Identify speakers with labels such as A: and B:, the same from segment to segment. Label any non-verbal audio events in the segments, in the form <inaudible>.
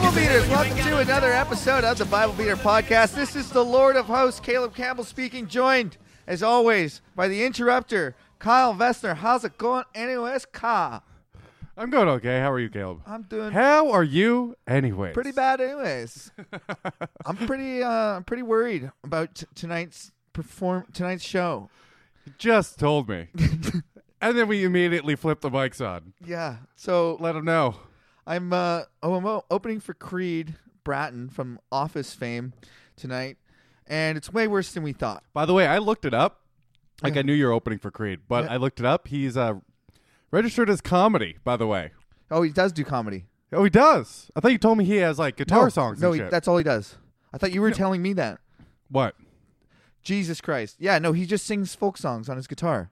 A: welcome to another episode of the Bible Beater Podcast. This is the Lord of Hosts, Caleb Campbell speaking, joined as always by the interrupter, Kyle Vessner. How's it going, NOS Ka?
B: I'm going okay. How are you, Caleb?
A: I'm doing
B: How are you, anyway?
A: pretty bad, anyways. I'm pretty, uh, I'm pretty worried about t- tonight's perform tonight's show.
B: Just
A: <laughs>
B: told me, and then we immediately flipped the mics on.
A: Yeah, so
B: Let them know.
A: I'm uh oh I'm o- opening for Creed Bratton from Office fame tonight, and it's way worse than we thought.
B: By the way, I looked it up. Like I knew you were opening for Creed, but
A: Yeah.
B: I looked it up. He's uh, registered as comedy. By the way,
A: Oh, he does do comedy.
B: oh, he does. I thought you told me he has like guitar
A: no,
B: songs.
A: No,
B: and
A: he,
B: shit.
A: that's all he does. I thought you were telling me that.
B: what?
A: Jesus Christ. Yeah, no, he just sings folk songs on his guitar.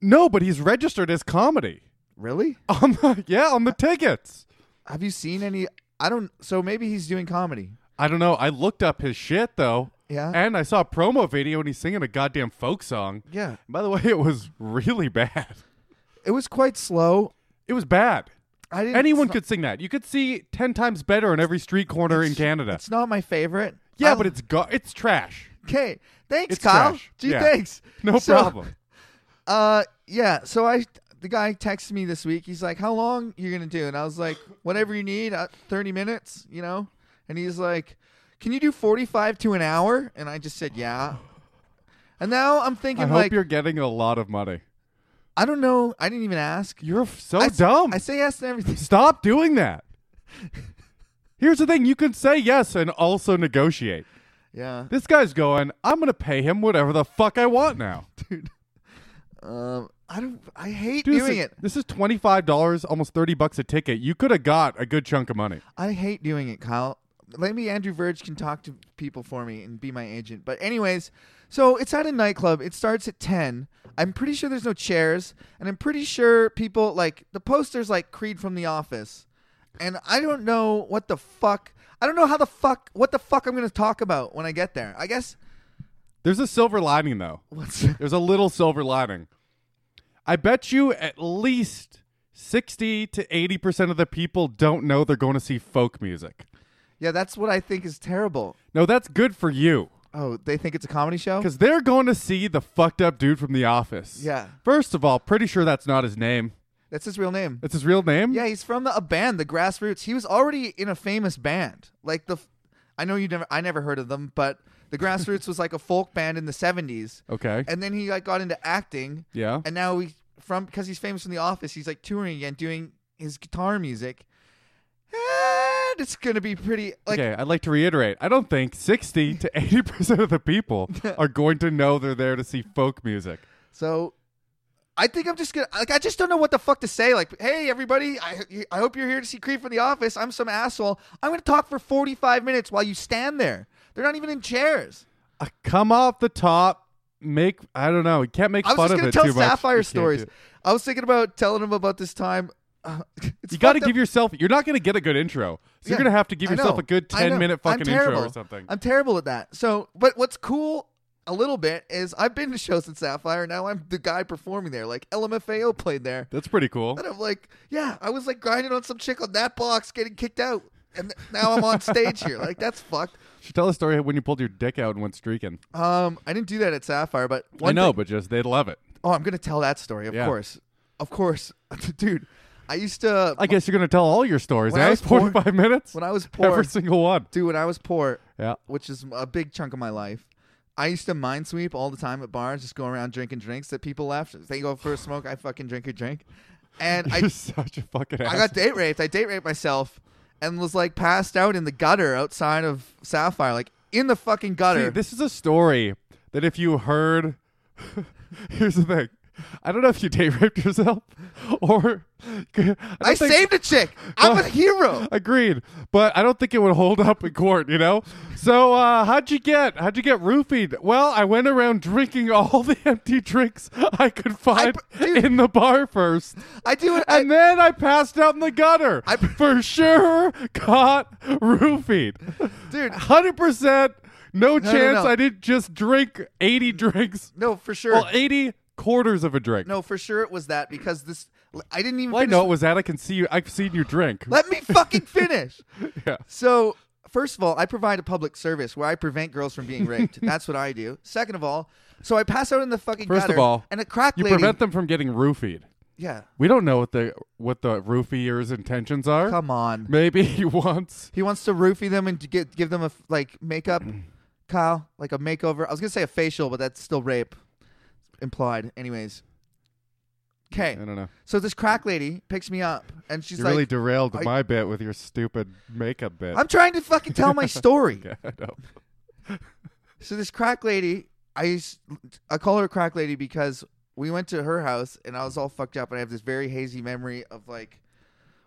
B: No, but he's registered as comedy. <laughs>
A: Really?
B: On the, yeah, on the tickets.
A: Have you seen any? I don't. So maybe he's doing comedy.
B: I don't know. I looked up his shit though.
A: Yeah.
B: And I saw a promo video and he's singing a goddamn folk song.
A: Yeah.
B: By the way, it was really bad.
A: It was quite slow.
B: It was bad.
A: I didn't.
B: Anyone
A: it's
B: could sing that. You could see ten times better on every street corner in Canada.
A: Not, it's not my favorite.
B: yeah,
A: I-
B: but it's go- it's trash.
A: okay. Thanks,
B: It's
A: Kyle.
B: trash.
A: Gee,
B: Yeah.
A: thanks.
B: No
A: So- <laughs>
B: problem.
A: Uh, yeah. So I, the guy texted me this week. He's like, "How long you gonna do?" And I was like, "Whatever you need, uh, thirty minutes, you know." And he's like, "Can you do forty-five to an hour?" And I just said, "Yeah." And now I'm
B: I
A: thinking,
B: hope
A: like,
B: you're getting a lot of money.
A: I don't know. I didn't even ask.
B: You're f- so
A: I s-
B: dumb.
A: I say yes to everything. <laughs>
B: Stop doing that. Here's the thing: you can say yes and also negotiate.
A: Yeah.
B: This guy's going. I'm gonna pay him whatever the fuck I want now.
A: Um, I don't. I hate doing
B: Dude, this is,
A: it.
B: This is twenty five dollars, almost thirty bucks a ticket. You could have got a good chunk of money.
A: I hate doing it, Kyle. Maybe Andrew Verge can talk to people for me and be my agent. But anyways, so it's at a nightclub. It starts at ten. I'm pretty sure there's no chairs, and I'm pretty sure people like the posters like Creed from The Office, and I don't know what the fuck. I don't know how the fuck what the fuck I'm gonna talk about when I get there. I guess <laughs>
B: There's a silver lining though.
A: what's
B: There's a little silver lining. I bet you at least 60 to 80% of the people don't know they're going to see folk music.
A: yeah, that's what I think is terrible.
B: No, that's good for you
A: Oh, they think it's a comedy show.
B: because they're going to see the fucked up dude from The Office.
A: Yeah.
B: First of all, pretty sure that's not his name.
A: That's his real name.
B: That's his real name?
A: Yeah, he's from the, a band, the Grassroots. He was already in a famous band, like the. f- I know you never. I never heard of them, but the Grassroots was like a folk band in the seventies,
B: Okay.
A: and then he like got into acting,
B: yeah.
A: and now he from because he's famous from The Office, he's like touring again, doing his guitar music, and it's gonna be pretty. Like,
B: okay, I'd like to reiterate. I don't think 60 to 80% of
A: <laughs>
B: the people are going to know they're there to see folk music.
A: So I think I'm just gonna like I just don't know what the fuck to say. Like, hey everybody, I I hope you're here to see Creed from the office. I'm some asshole. I'm gonna talk for 45 minutes while you stand there. They're not even in chairs.
B: Uh, come off the top, make, I don't know, you can't make
A: I was
B: fun
A: just
B: of
A: gonna
B: it
A: tell
B: too much. You
A: Sapphire
B: can't do
A: stories.
B: it.
A: I was thinking about telling them about this time. <laughs>
B: You got to give yourself. You're not going to get a good intro. So you're going to have to give yourself a good 10 minute fucking intro or something.
A: I'm terrible at that. So, but what's cool a little bit is I've been to shows at Sapphire. Now I'm the guy performing there. Like LMFAO played there.
B: That's pretty cool.
A: And I'm like, yeah, I was like grinding on some chick on that box, getting kicked out, and th- now I'm on stage here. Like that's fucked.
B: Should tell a story when you pulled your dick out and went streaking.
A: Um, I didn't do that at Sapphire, but one
B: I know,
A: thing-
B: but just they'd love it.
A: oh, I'm gonna tell that story, of
B: Yeah.
A: course, of course, <laughs> dude. I used to
B: I guess you're going to tell all your stories.
A: When I
B: eh?
A: was poor-
B: 45 minutes.
A: when I was poor,
B: Every single one.
A: dude. When I was poor,
B: Yeah.
A: which is a big chunk of my life. I used to mind sweep all the time at bars, just go around drinking drinks that people left. If they go for a smoke, I fucking drink a drink. And I
B: <laughs> You're such a fucking ass.
A: I got date raped. I date raped myself and was like passed out in the gutter outside of Sapphire, like in the fucking gutter.
B: See, this is a story that if you heard, <laughs> here's the thing. I don't know if you date raped yourself or <laughs> I, don't
A: I
B: think-
A: saved a chick. I'm a
B: Uh,
A: hero.
B: Agreed, but I don't think it would hold up in court, you know. So uh, how'd you get how'd you get roofied? Well, I went around drinking all <laughs> the empty drinks I could find
A: pr- dude.
B: in the bar first,
A: I do it. I,
B: and then I passed out in the gutter.
A: I
B: I
A: pr-
B: for sure got roofied,
A: Dude.
B: Hundred percent, no
A: no,
B: chance.
A: no.
B: I didn't just drink eighty drinks.
A: no, for sure.
B: Well, eighty quarters of a drink.
A: no, for sure it was that because this. I didn't even.
B: Well, I
A: finish-
B: know it was that. I can see you. I've seen you drink.
A: Let me fucking finish.
B: <laughs> Yeah.
A: So first of all, I provide a public service where I prevent girls from being
B: <laughs>
A: raped. That's what I do. Second of all, so I pass out in the fucking
B: First of
A: gutter,
B: all,
A: and a crack
B: You
A: lady.
B: prevent them from getting roofied.
A: yeah,
B: We don't know what the what the roofier's intentions are.
A: come on.
B: Maybe <laughs> he wants
A: He wants to roofie them and to get give them a f- like makeup,
B: Mm.
A: Kyle, like a makeover. I was gonna say a facial, but that's still rape, implied. Anyways. Okay,
B: I don't know.
A: so this crack lady picks me up, and she's
B: you
A: like,
B: really derailed
A: I-
B: my bit with your stupid makeup bit.
A: "I'm trying to fucking tell my story."
B: <laughs> yeah, I know.
A: So this crack lady, I used, I call her a crack lady because we went to her house and I was all fucked up and I have this very hazy memory of like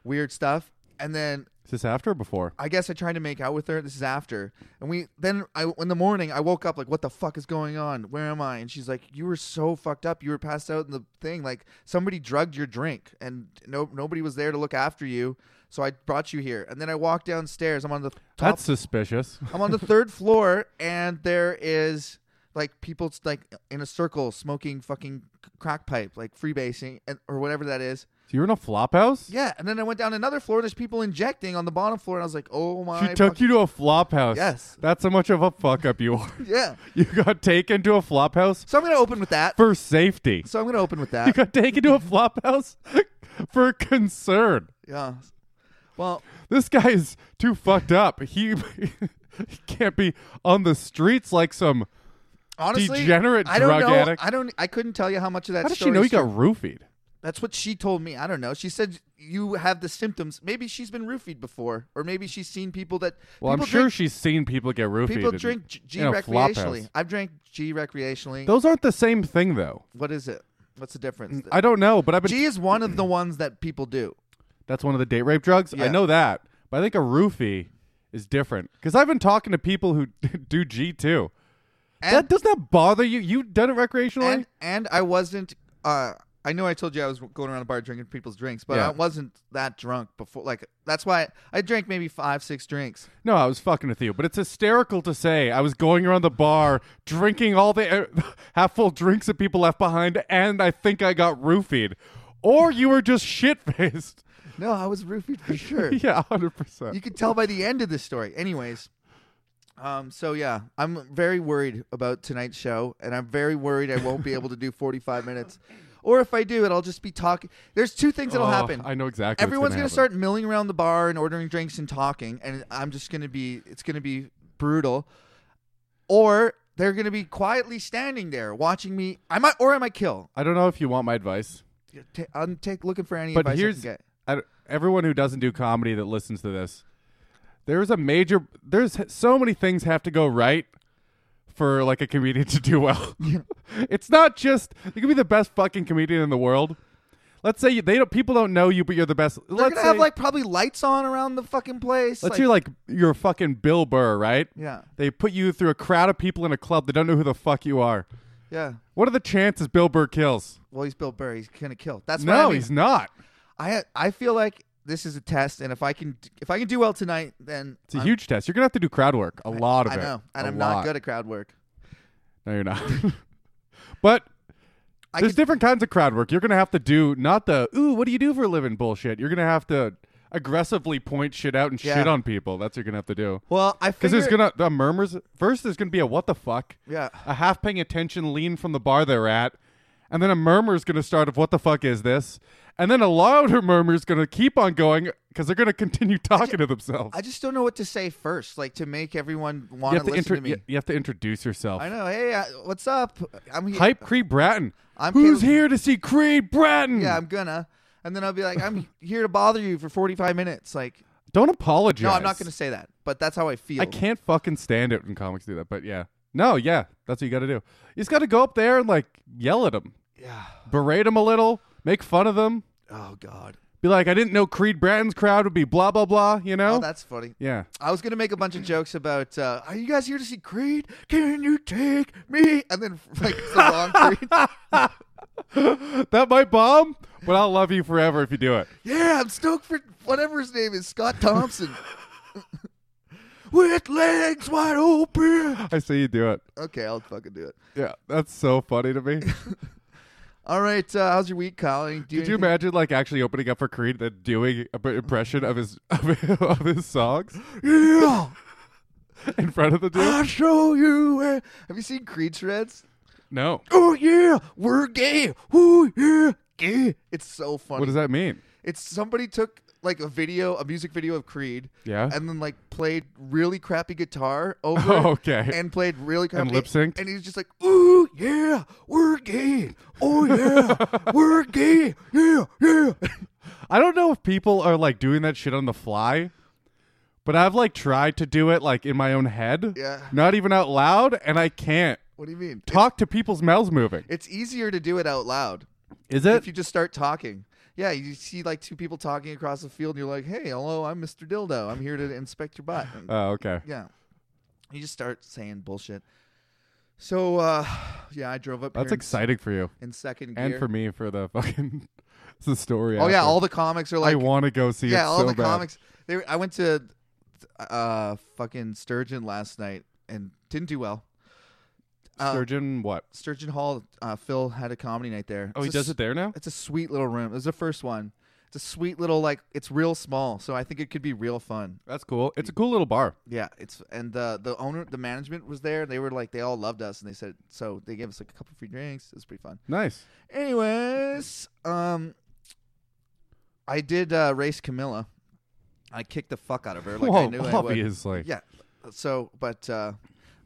A: weird stuff. And then
B: Is this after or before?
A: I guess I tried to make out with her. This is after, and we then I in the morning I woke up like, what the fuck is going on? Where am I? And she's like, you were so fucked up. You were passed out in the thing. Like somebody drugged your drink, and no nobody was there to look after you. So I brought you here, and then I walked downstairs. I'm on the top
B: That's suspicious.
A: I'm on the third floor, and there is like people like in a circle smoking fucking crack pipe, like freebasing and, or whatever that is.
B: you were in a flop house?
A: Yeah, and then I went down another floor. There's people injecting on the bottom floor, and I was like, "Oh my!"
B: She took
A: fuck-
B: you to a flop house.
A: Yes.
B: That's how much of a fuck up you are. <laughs>
A: Yeah.
B: You got taken to a flop house
A: So I'm gonna open with that.
B: for safety.
A: So I'm gonna open with
B: <laughs> You
A: that.
B: got taken to a flop house <laughs> for concern.
A: Yeah. Well,
B: This guy is too fucked up. He, <laughs> he can't be on the streets like some.
A: honestly,
B: Degenerate
A: I don't
B: drug
A: know.
B: addict.
A: I don't. I couldn't tell you how much of that.
B: How did she
A: story
B: know you
A: is true.
B: got roofied?
A: That's what she told me. I don't know. She said you have the symptoms. Maybe she's been roofied before, or maybe she's seen people that.
B: Well,
A: people
B: I'm sure
A: drink-
B: she's seen people get roofied.
A: People
B: in-
A: drink G, G
B: in a flop
A: recreationally.
B: house.
A: I've drank G recreationally.
B: Those aren't the same thing, though.
A: what is it? What's the difference?
B: I don't know, but I've been.
A: G is one of the ones that people do.
B: That's one of the date rape drugs. I
A: Yeah.
B: know that, but I think a roofie is different because I've been talking to people who <laughs> do G too. that
A: And
B: does that bother you? You've done it recreationally.
A: and, and I wasn't. Uh, I know I told you I was going around a bar drinking people's drinks, but
B: Yeah.
A: I wasn't that drunk before. Like that's why I drank maybe five, six drinks.
B: no, I was fucking with you, but it's hysterical to say I was going around the bar drinking all the er, <laughs> half full drinks that people left behind, and I think I got roofied, or you were just shit faced.
A: No, I was roofied for sure.
B: <laughs> yeah, hundred percent.
A: you can tell by the end of the story. Anyways, um, so yeah, I'm very worried about tonight's show, and I'm very worried I won't be able to do 45 minutes, or if I do, it'll just be talking. There's two things that'll
B: Oh,
A: happen.
B: I know exactly. what's
A: Everyone's
B: gonna
A: gonna
B: happen.
A: start milling around the bar and ordering drinks and talking, and I'm just gonna be. It's gonna be brutal, or they're gonna be quietly standing there watching me. I might, or I might kill.
B: I don't know if you want my advice.
A: Ta- I'm take looking for any
B: but
A: advice
B: here's
A: I can get.
B: I don't- everyone who doesn't do comedy that listens to this there's a major there's so many things have to go right for like a comedian to
A: <laughs>
B: do well <laughs> it's not just you can be the best fucking comedian in the world let's say you, they don't people don't know you but you're the best
A: They're
B: let's
A: gonna
B: say,
A: have like probably lights on around the fucking place.
B: let's
A: like-
B: hear like you're fucking bill burr right
A: yeah,
B: they put you through a crowd of people in a club that don't know who the fuck you are
A: yeah.
B: what are the chances bill burr kills
A: Well, he's Bill Burr. He's gonna kill. That's what I
B: no
A: mean.
B: he's not
A: I I feel like this is a test, and if I can if I can do well tonight, then
B: it's a huge test you're gonna have to do crowd work a lot of
A: I
B: it
A: know, and
B: A
A: i I'm
B: lot.
A: not good at crowd work.
B: No, you're
A: <laughs>
B: not. <laughs> but
A: I
B: there's
A: could-
B: different kinds of crowd work. You're gonna have to do not the ooh, what do you do for a living bullshit. You're gonna have to aggressively point shit out and shit
A: Yeah.
B: on people. That's what you're gonna have to do.
A: Well, I
B: Because
A: figure
B: there's gonna the murmurs first. There's gonna be a what the fuck,
A: yeah.
B: a half paying attention lean from the bar they're at, and then a murmur is gonna start of what the fuck is this, and then a louder <laughs> murmur is gonna keep on going because they're gonna continue talking to themselves.
A: I just don't know what to say first, like to make everyone
B: you
A: want
B: have
A: to
B: to
A: listen
B: intro-
A: to me.
B: you- you have to introduce yourself.
A: I know. Hey, I, what's up? I'm here.
B: Hype Creed Bratton.
A: I'm
B: Who's
A: Caleb-
B: here to see Creed Bratton?
A: Yeah, I'm gonna. And then I'll be like,
B: <laughs>
A: I'm here to bother you for 45 minutes. Like,
B: Don't apologize.
A: no, I'm not gonna say that, but that's how I feel.
B: I can't fucking stand it when comics do that. But yeah, no, yeah, that's what you got to do. You just got to go up there and like yell at them,
A: Yeah.
B: berate them a little, make fun of them,
A: Oh God.
B: be like, I didn't know Creed Bratton's crowd would be blah blah blah. You know?
A: Oh, that's funny.
B: yeah. <gasps>
A: I was gonna make a bunch of jokes about uh, are you guys here to see Creed? Can you take me? And then like it's the
B: <laughs>
A: wrong Creed.
B: that might bomb, but I'll love you forever if you do it.
A: Yeah, I'm stoked for whatever his name is, Scott
B: <laughs>
A: Thompson. <laughs> With legs wide open.
B: I say you do it.
A: Okay, I'll fucking do it.
B: Yeah, that's so funny to me.
A: All right, uh, how's your week, Colin? Do
B: Could you
A: anything-
B: imagine like actually opening <laughs> up for Creed, then doing a b- impression of his of his songs?
A: Yeah.
B: in front of the dude?
A: I'll show you where. Have you seen Creed shreds?
B: No.
A: Oh yeah, we're gay. Oh yeah, gay. It's so funny.
B: What does that mean?
A: It's somebody took like a video, a music video of Creed,
B: Yeah.
A: and then like played really crappy guitar
B: <laughs>
A: over, it
B: Okay.
A: and played really crappy
B: And lip-synced?
A: and he's just like, "Ooh Oh, yeah, we're gay. Oh
B: <laughs>
A: yeah, we're gay. Yeah, yeah."
B: I don't know if people are like doing that shit on the fly, but I've like tried to do it like in my own head.
A: Yeah.
B: Not even out loud, and I can't.
A: What do you mean?
B: Talk to people's mouths moving.
A: It's easier to do it out loud
B: Is
A: if
B: it?
A: you just start talking. Yeah, you see like two people talking across the field, and you're like, "Hey, hello, I'm Mr. Dildo. I'm here to inspect your butt." And-
B: Oh, okay.
A: Yeah. You just start saying bullshit. So uh yeah, I drove up
B: That's
A: here in-
B: exciting for you.
A: in second gear.
B: And for me for the fucking <laughs> it's the story.
A: oh yeah,
B: after.
A: all the comics are
B: I
A: like
B: want to go see it
A: yeah, all
B: so
A: the
B: bad.
A: comics. They were- I went to uh fucking Sturgeon last night and didn't do well. Uh,
B: Surgeon what?
A: Sturgeon Hall, uh, Phil had a comedy night there.
B: Oh, he
A: It's a
B: does
A: s-
B: it there now?
A: It's a sweet little room. It was the first one. It's a sweet little like it's real small, so I think it could be real fun.
B: That's cool. It's a cool little bar.
A: Yeah, it's and the the owner, the management was there. They were like, they all loved us, and they said so. They gave us like a couple free drinks. It was pretty fun.
B: Nice.
A: Anyways, um, I did uh, race Camilla. I kicked the fuck out of her. Like
B: Whoa,
A: I knew
B: obviously.
A: I would. Yeah. So, but uh,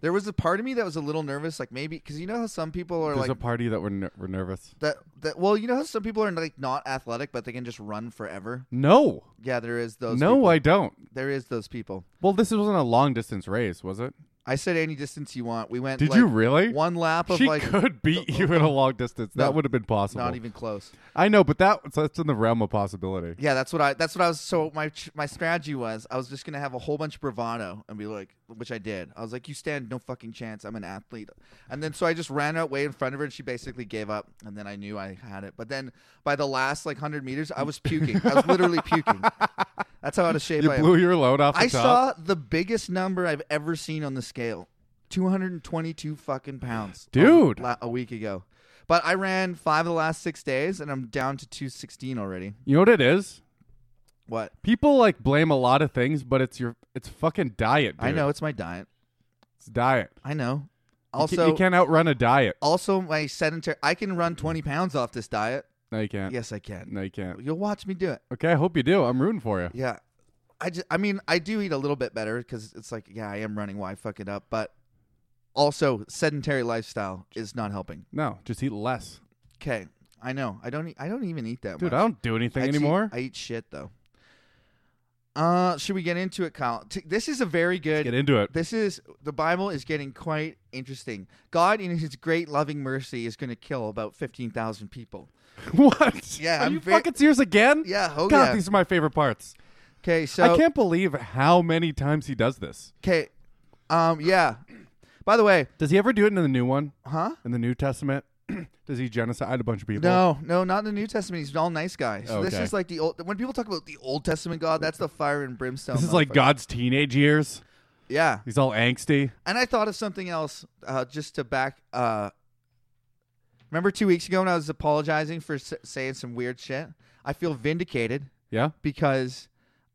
A: there was a part of me that was a little nervous, like maybe because you know how some people are
B: There's
A: like
B: a party that we're, ner- we're nervous.
A: that. That well, you know how some people are like not athletic, but they can just run forever.
B: No.
A: Yeah, there is those.
B: no,
A: people.
B: I don't.
A: there is those people.
B: Well, this wasn't a long distance race, was it?
A: I said any distance you want. We went.
B: Did
A: like,
B: you really?
A: One lap of
B: she
A: like
B: could beat
A: <laughs>
B: you in a long distance.
A: No,
B: that would have been possible.
A: not even close.
B: I know, but that that's in the realm of possibility.
A: Yeah, that's what I. That's what I was. So my ch- my strategy was I was just gonna have a whole bunch of bravado and be like, which I did. I was like, you stand no fucking chance. I'm an athlete. And then so I just ran out way in front of her, and she basically gave up. And then I knew I had it. But then by the last like hundred meters, I was puking. I was literally
B: <laughs>
A: puking. That's how out of shape
B: You
A: I am.
B: blew your load off the
A: I
B: top.
A: saw the biggest number I've ever seen on the scale 222 fucking pounds. a-
B: Dude.
A: la- A, week ago. But I ran five of the last six days and I'm down to 216 already.
B: You know what it is?
A: What?
B: People like blame a lot of things, but it's your it's fucking diet. Dude.
A: I know it's my diet.
B: it's diet.
A: I know.
B: You ca-
A: Also,
B: you can't outrun a diet.
A: also my sedentary. I can run 20 pounds off this diet.
B: No, you can't.
A: Yes, I can.
B: No, you can't.
A: You'll watch me do it.
B: Okay, I hope you do. I'm rooting for you.
A: Yeah. I just, I mean, I do eat a little bit better because it's like, yeah, I am running. Why fuck it up? But also, sedentary lifestyle is not helping.
B: No, just eat less,
A: Okay, I know. I don't. E- I don't even eat that
B: dude.
A: much.
B: I don't do anything
A: I just eat-
B: anymore.
A: I eat shit though. Uh, should we get into it, Kyle? T- this is a very good.
B: Get into it.
A: This is the Bible is getting quite interesting. God, in His great loving mercy, is going to kill about fifteen thousand people.
B: <laughs> what?
A: Yeah,
B: Are
A: I'm
B: you
A: very-
B: fucking serious again?
A: Yeah. Oh
B: God,
A: yeah.
B: these are my favorite parts.
A: Okay.
B: I
A: So.
B: can't believe how many times he does this.
A: Okay. Um. Yeah. By the way,
B: Does he ever do it in the new one?
A: huh?
B: In the New Testament? <clears throat> does he genocide a bunch of people?
A: No, no, not in the New Testament. He's an all nice guy. So this
B: Okay.
A: is like the old. When people talk about the Old Testament God, that's the fire and brimstone.
B: This is like
A: motherfucker.
B: God's teenage years.
A: Yeah.
B: He's all angsty.
A: And I thought of something else uh, just to back. Uh, remember two weeks ago when I was apologizing for s- saying some weird shit? I feel vindicated
B: Yeah?
A: because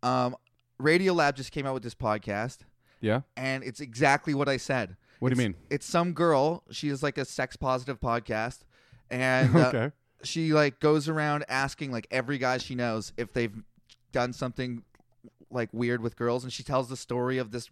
A: um, Radio Lab just came out with this podcast,
B: Yeah?
A: and it's exactly what I said.
B: What do you
A: It's-
B: mean?
A: It's some girl. She is like a sex positive podcast, and uh,
B: <laughs> okay.
A: she like goes around asking like every guy she knows if they've done something like weird with girls and she tells the story of this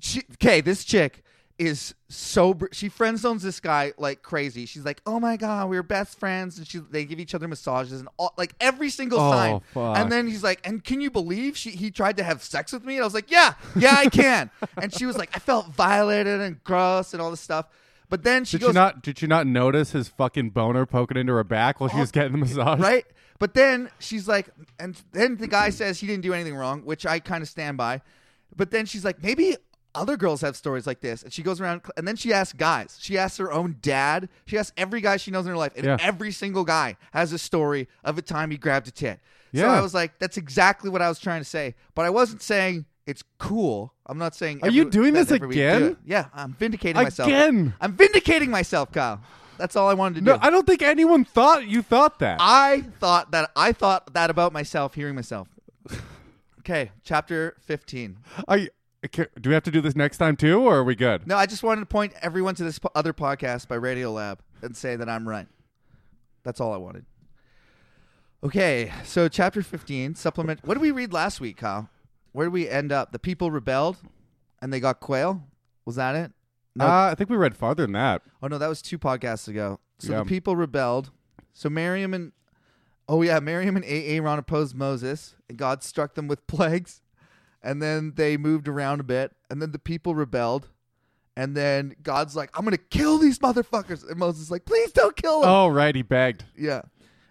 A: she, okay this chick is so br- she friend zones this guy like crazy she's like oh my god we were best friends and she they give each other massages and all like every single
B: Oh,
A: sign
B: fuck.
A: and then he's like and can you believe she he tried to have sex with me and i was like yeah yeah i can and she was like i felt violated and gross and all this stuff but then she
B: Did
A: goes
B: you not did you not notice his fucking boner poking into her back while she was
A: <laughs>
B: getting the massage?
A: right? But then she's like, and then the guy says he didn't do anything wrong, which I kind of stand by. But then she's like, maybe other girls have stories like this. And she goes around, and then she asks guys. She asks her own dad. She asks every guy she knows in her life, and
B: Yeah.
A: every single guy has a story of a time he grabbed a tit. So
B: Yeah.
A: I was like, that's exactly what I was trying to say. But I wasn't saying it's cool. I'm not saying.
B: Are you
A: every-
B: doing
A: that
B: this
A: every week do
B: again?
A: it. Yeah, I'm vindicating myself.
B: Again.
A: I'm vindicating myself, Kyle. That's all I wanted to do.
B: No, I don't think anyone thought you thought that.
A: I thought that I thought that about myself hearing myself. Okay, chapter 15.
B: I I can't- do we have to do this next time too, or are we good?
A: No, I just wanted to point everyone to this po- other podcast by Radio Lab and say that I'm right. That's all I wanted. Okay, so chapter 15, supplement. What did we read last week, Kyle? Where did we end up? The people rebelled and they got quail? Was that it? No.
B: Uh, I think we read farther than that.
A: Oh, no, that was two podcasts ago. So
B: Yeah.
A: the people rebelled. So Miriam and. Oh, yeah, Miriam and Aaron opposed Moses, and God struck them with <laughs> plagues. And then they moved around a bit, and then the people rebelled. And then God's like, I'm going to kill these motherfuckers. And Moses is like, please don't kill them.
B: Oh, right, he begged.
A: Yeah.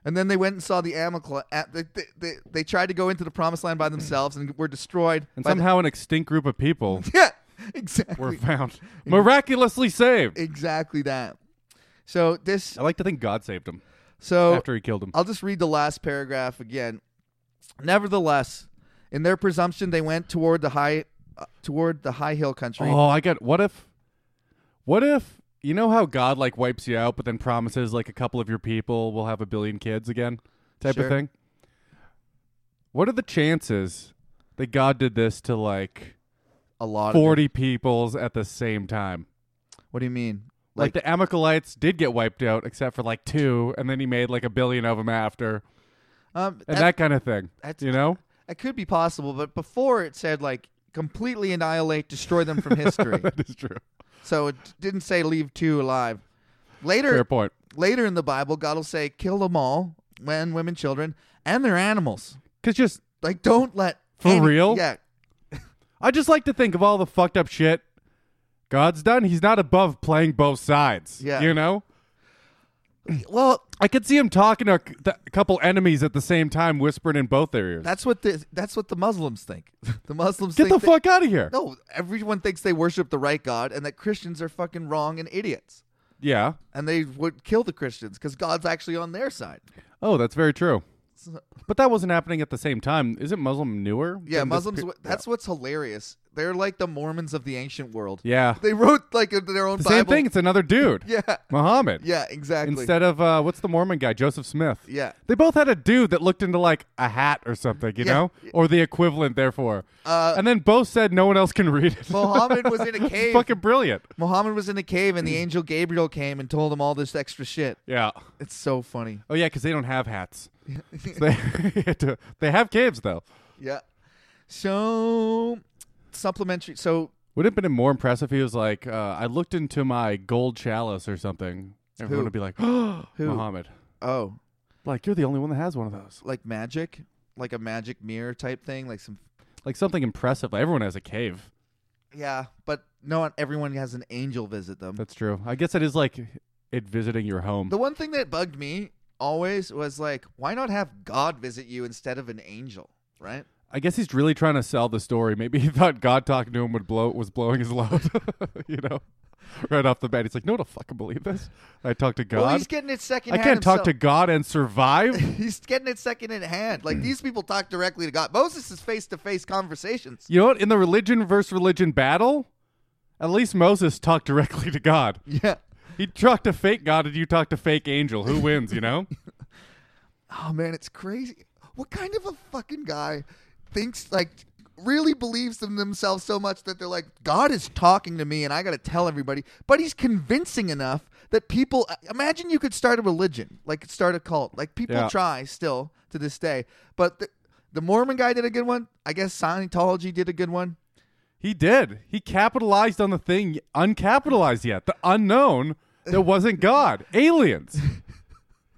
A: And then they went and saw the Amalek. at- They, they, they, they tried to go into the promised land by themselves and were destroyed.
B: And
A: by the-
B: somehow an extinct group
A: <laughs>
B: of people
A: yeah, exactly. <laughs>
B: were found, miraculously saved.
A: exactly that. So this.
B: I like to think God saved him
A: So
B: Oh, after he killed him.
A: I'll just read the last paragraph again. Nevertheless, in their presumption, they went toward the high, uh, toward the high hill country.
B: Oh, I get. What if? What if you know how God like wipes you out, but then promises like a couple of your people will have a billion kids again, type
A: Sure.
B: of thing. What are the chances that God did this to like
A: a lot. Of
B: forty peoples at the same time?
A: it. What do you mean?
B: Like,
A: Like,
B: the Amalekites did get wiped out, except for like two, and then he made like a billion of them after,
A: um,
B: and
A: that-
B: that kind of thing.
A: that's-
B: You know, <laughs>
A: that could be possible, but before it said like completely annihilate, destroy them from
B: <laughs>
A: history.
B: that is true.
A: so it didn't say leave two alive. Later,
B: Fair point.
A: later in the Bible, God will say kill them all, men, women, children, and their animals.
B: Cause just
A: Like, don't let
B: For
A: any-
B: real?
A: Yeah,
B: I just like to think of all the fucked up shit God's done. He's not above playing both sides.
A: Yeah.
B: You know?
A: well,
B: I could see him talking to a c- th- couple enemies at the same time, whispering in both their ears.
A: That's what the that's what the Muslims think. <laughs> The Muslims
B: Get the
A: think that-
B: fuck out of here.
A: no. Everyone thinks they worship the right God and that Christians are fucking wrong and idiots,
B: Yeah.
A: and they would kill the Christians because God's actually on their side.
B: Oh, that's very true.
A: So-
B: But that wasn't happening at the same time. Isn't Muslim newer?
A: yeah,
B: than this
A: Muslims.
B: pe-
A: w that's what's hilarious. They're like the Mormons of the ancient world.
B: Yeah.
A: They wrote like a, their own
B: The
A: Bible.
B: same thing. It's another dude.
A: <laughs> Yeah,
B: Muhammad.
A: yeah, exactly.
B: Instead of, uh, what's the Mormon guy? Joseph Smith.
A: yeah,
B: They both had a dude that looked into like a hat or something, you
A: Yeah.
B: know? Or the equivalent, therefore.
A: Uh,
B: and then both said no one else can read it.
A: Muhammad was in a
B: <laughs> It's
A: cave.
B: fucking brilliant.
A: Muhammad was in a cave, and the angel Gabriel came and told him all this extra shit.
B: Yeah.
A: It's so funny.
B: Oh yeah, because they don't
A: <laughs>
B: have hats. they, <laughs> had to- they have caves though.
A: Yeah. So supplementary. So
B: Would it have been more impressive if he was like, uh, I looked into my gold chalice or something? Everyone
A: Who?
B: would be like, <gasps> oh, Muhammad.
A: oh,
B: Like, you're the only one that has one of those.
A: like magic, like a magic mirror type thing, like some.
B: Like something impressive. Like, everyone has a cave.
A: Yeah, but no one, everyone has an angel visit them.
B: That's true. I guess it is like it visiting your home.
A: The one thing that bugged me always was like, why not have God visit you instead of an angel, right?
B: I guess he's really trying to sell the story. Maybe <laughs> he thought God talking to him would blow was blowing his load. <laughs> you know? Right off the bat. He's like, No one will fucking believe this. I talked to God.
A: Well, he's getting it
B: I
A: secondhand.
B: can't talk to
A: himself.
B: God and survive.
A: <laughs> He's getting it second in hand.
B: Hmm.
A: Like these people talk directly to God. Moses is face to face conversations.
B: You know what? In the religion versus religion battle, at least Moses talked directly to God.
A: Yeah.
B: He talked to fake God and you talked to fake angel. Who wins, you know?
A: Oh man, it's crazy. What kind of a fucking guy thinks like really believes in themselves so much that they're like, God is talking to me and I gotta tell everybody. But he's convincing enough that people uh, imagine you could start a religion, like start a cult. Like people
B: Yeah.
A: try still to this day. But the, the Mormon guy did a good one. I guess Scientology did a good one.
B: He did. He capitalized on the thing uncapitalized yet, the unknown that wasn't God, aliens.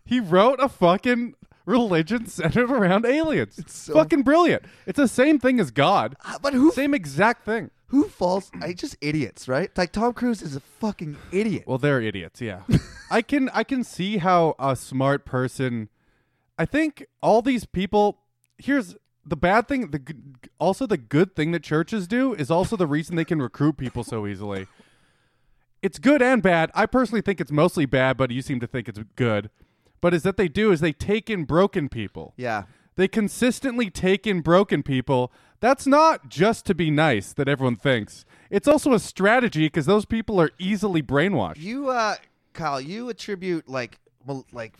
B: He wrote a fucking religion centered around aliens. It's
A: so-
B: fucking brilliant. It's the same thing as God.
A: Uh, But who
B: Same exact thing.
A: who falls? I just idiots, right? Like Tom Cruise is a fucking idiot.
B: Well, they're idiots, yeah. <laughs> I can I can see how a smart person I think all these people here's the bad thing the g- also the good thing that churches do is also the reason they can recruit people so easily. It's good and bad. I personally think it's mostly bad, but you seem to think it's good. But is that they do is they take in broken people.
A: yeah.
B: They consistently take in broken people. That's not just to be nice that everyone thinks. It's also a strategy because those people are easily brainwashed.
A: You, uh, Kyle, you attribute like well, like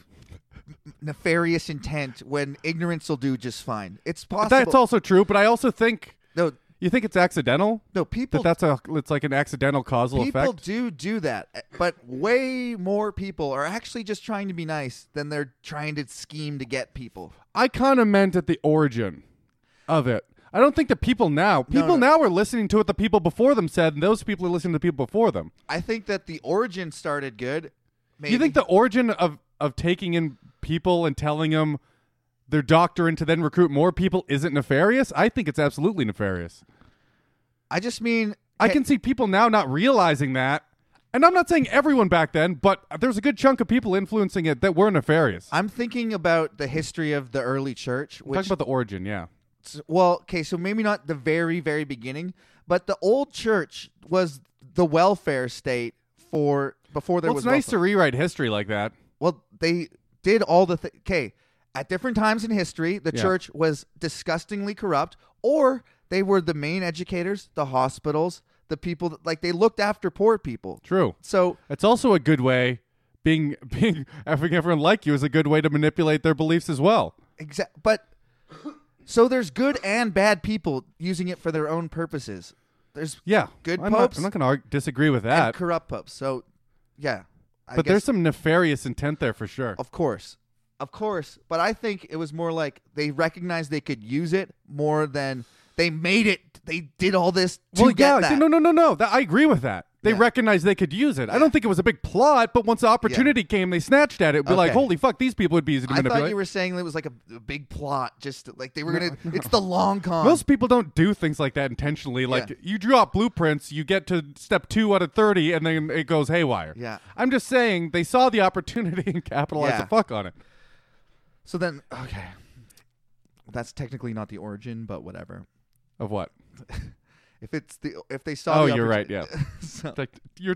A: nefarious intent when ignorance will do just fine. It's possible.
B: That's also true, but I also think
A: No,
B: You think it's accidental?
A: No,
B: That
A: people
B: that's a it's like an accidental causal
A: people
B: effect.
A: do do that, eh, but way more people are actually just trying to be nice than they're trying to scheme to get people.
B: I kind of meant at the origin of it. I don't think the people now. People now are listening to what the people before them said, and those people are listening to the people before them.
A: I think that the origin started good. Maybe.
B: You think the origin of of taking in people and telling them their doctrine to then recruit more people isn't nefarious? I think it's absolutely nefarious.
A: I just mean
B: I can see people now not realizing that. And I'm not saying everyone back then, but there's a good chunk of people influencing it that were nefarious.
A: I'm thinking about the history of the early church, which
B: Talking about the origin, yeah.
A: s- well, okay, so maybe not the very, very beginning, but the old church was the welfare state for before there
B: Well,
A: was
B: it's nice
A: welfare.
B: to rewrite history like that.
A: Well, they did all the thi- okay. At different times in history, the
B: Yeah.
A: church was disgustingly corrupt, or they were the main educators, the hospitals, the people that like they looked after poor people.
B: True.
A: So
B: It's also a good way. Being <laughs> being having everyone like you is a good way to manipulate their beliefs as well.
A: exact, but so there's good and bad people using it for their own purposes. There's
B: Yeah,
A: Good
B: I'm
A: popes.
B: Not, I'm not going to disagree with
A: and
B: that,
A: corrupt popes. So yeah, I
B: but
A: guess, Oh,
B: there's some nefarious intent there for sure.
A: of course, of course. But I think it was more like they recognized they could use it more than they made it. They did all this to
B: well,
A: get
B: yeah,
A: that.
B: no, no, no, no. That, I agree with that. They
A: Yeah.
B: recognized they could use it. I don't think it was a big plot, but once the opportunity came, they snatched at it. and Be like,
A: Okay.
B: holy fuck, these people would be easy to
A: I
B: manipulate.
A: thought you were saying that it was like a, a big plot, just like they were gonna. It's the long con.
B: Most people don't do things like that intentionally. Like
A: Yeah.
B: you draw up blueprints, you get to step two out of thirty, and then it goes haywire.
A: Yeah.
B: I'm just saying they saw the opportunity <laughs> and capitalized
A: Yeah.
B: the fuck on it.
A: so then, okay, that's technically not the origin, but whatever.
B: Of what?
A: If it's the if they saw.
B: Oh,
A: the
B: you're right,
A: opportu- <laughs> so
B: Tec- you're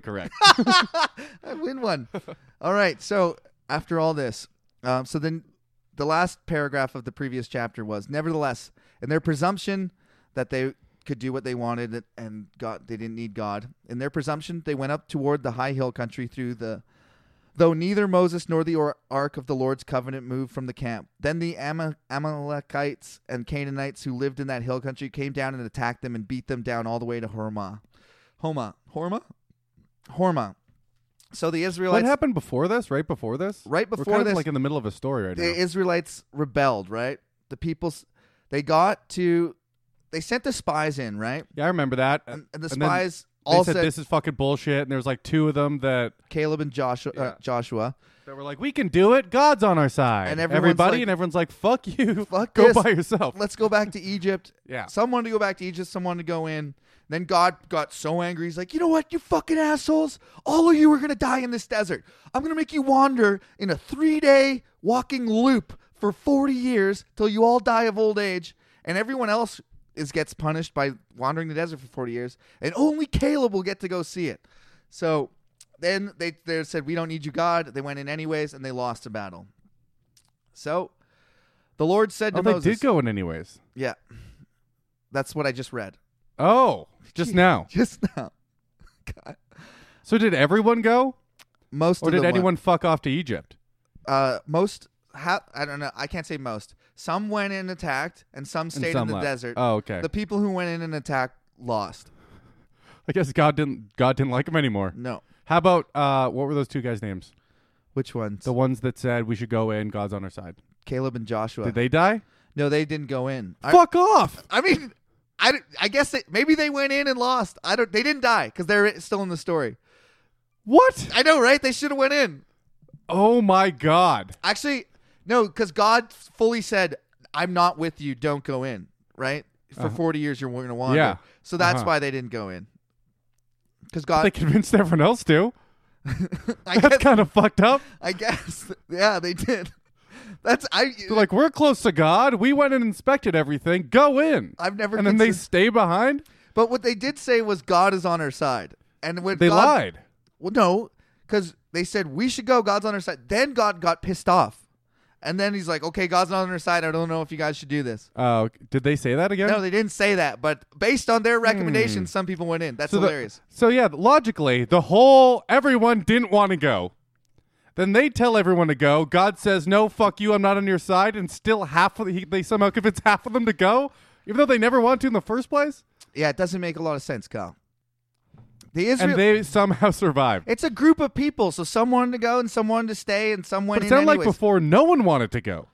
A: <laughs>
B: correct.
A: I win one. <laughs> all right. So after all this, um, so then the last paragraph of the previous chapter was nevertheless, in their presumption that they could do what they wanted and God they didn't need God. In their presumption, they went up toward the high hill country through the though neither Moses nor the or- ark of the Lord's covenant moved from the camp. Then the Ama- Amalekites and Canaanites who lived in that hill country came down and attacked them and beat them down all the way to Hormah. Homa. Hormah? Hormah. So the
B: what
A: Israelites,
B: happened before this? Right before this?
A: right
B: We're
A: before
B: kind
A: this,
B: of like in the middle of a story right now.
A: the Israelites rebelled, right? The people's, they got to, they sent the spies in, right?
B: yeah, I remember that.
A: And, and the
B: And then
A: spies
B: they
A: all
B: said,
A: said,
B: this is fucking bullshit, and there was like two of them that,
A: Caleb and Joshua, uh,
B: Yeah.
A: Joshua,
B: that were like, we can do it. God's on our side.
A: And everyone's
B: everybody
A: like,
B: and everyone's like, fuck
A: <laughs>
B: you.
A: Fuck
B: Go
A: this.
B: by yourself.
A: let's go back to Egypt.
B: <laughs> Yeah.
A: Someone to go back to Egypt, someone to go in. Then God got so angry. He's like, you know what, you fucking assholes? All of you are going to die in this desert. I'm going to make you wander in a three day walking loop for 40 years till you all die of old age. And everyone else is gets punished by wandering the desert for 40 years. And only Caleb will get to go see it. So then they, they said, we don't need you, God. They went in anyways, and they lost a battle. So the Lord said
B: Oh,
A: to
B: they
A: Moses.
B: did go in anyways.
A: Yeah. That's what I just read.
B: Oh, just now.
A: <laughs> Just now. God.
B: So did everyone go,
A: Most
B: or
A: of
B: did
A: them went.
B: anyone fuck off to Egypt?
A: uh most ha- I don't know, I can't say most. Some went in and attacked and some
B: And
A: stayed in
B: some
A: the
B: left.
A: desert.
B: Oh, okay.
A: The people who went in and attacked lost.
B: I guess God didn't. God didn't like them anymore.
A: No.
B: How about uh, what were those two guys' names?
A: Which ones?
B: The ones that said we should go in. God's on our side.
A: Caleb and Joshua.
B: Did they die?
A: no, they didn't go in. I,
B: fuck off.
A: I mean, I, don't- I guess they, maybe they went in and lost. I don't they didn't die cuz they're still in the story.
B: What?
A: I know, right? They should have went in.
B: Oh my God.
A: Actually, no, because God fully said, "I'm not with you. Don't go in." Right for forty years, you're going to wander.
B: Uh-huh. Yeah.
A: So that's
B: Uh-huh.
A: why they didn't go in. Because God,
B: They convinced everyone else to.
A: I
B: <laughs> That's
A: guess,
B: kind of
A: <laughs>
B: fucked up.
A: I guess, yeah, they did. <laughs> That's I.
B: They're like, we're close to God. We went and inspected everything. Go in.
A: I've never.
B: And then they
A: considered-
B: stay behind.
A: but what they did say was God is on our side, and when
B: They
A: God-
B: lied.
A: Well, no, because they said we should go. God's on our side. Then God got pissed off, and then he's like, "Okay, God's not on our side. I don't know if you guys should do this."
B: Oh, did they say that again?
A: No, they didn't say that, but based on their recommendations, some people went in. That's
B: Hmm. So the-
A: hilarious.
B: so yeah, logically, the whole everyone didn't want to go. Then they tell everyone to go. <laughs> God says, "No, fuck you. I'm not on your side." And still half of the, he, they somehow convince half of them to go. even though they never want to in the first place,
A: Yeah, it doesn't make a lot of sense, Kyle. The
B: and
A: Israel.
B: they somehow survived.
A: it's a group of people, so some wanted to go and some wanted to stay and some went
B: But it
A: in
B: sounded like
A: anyways.
B: before no one wanted to go.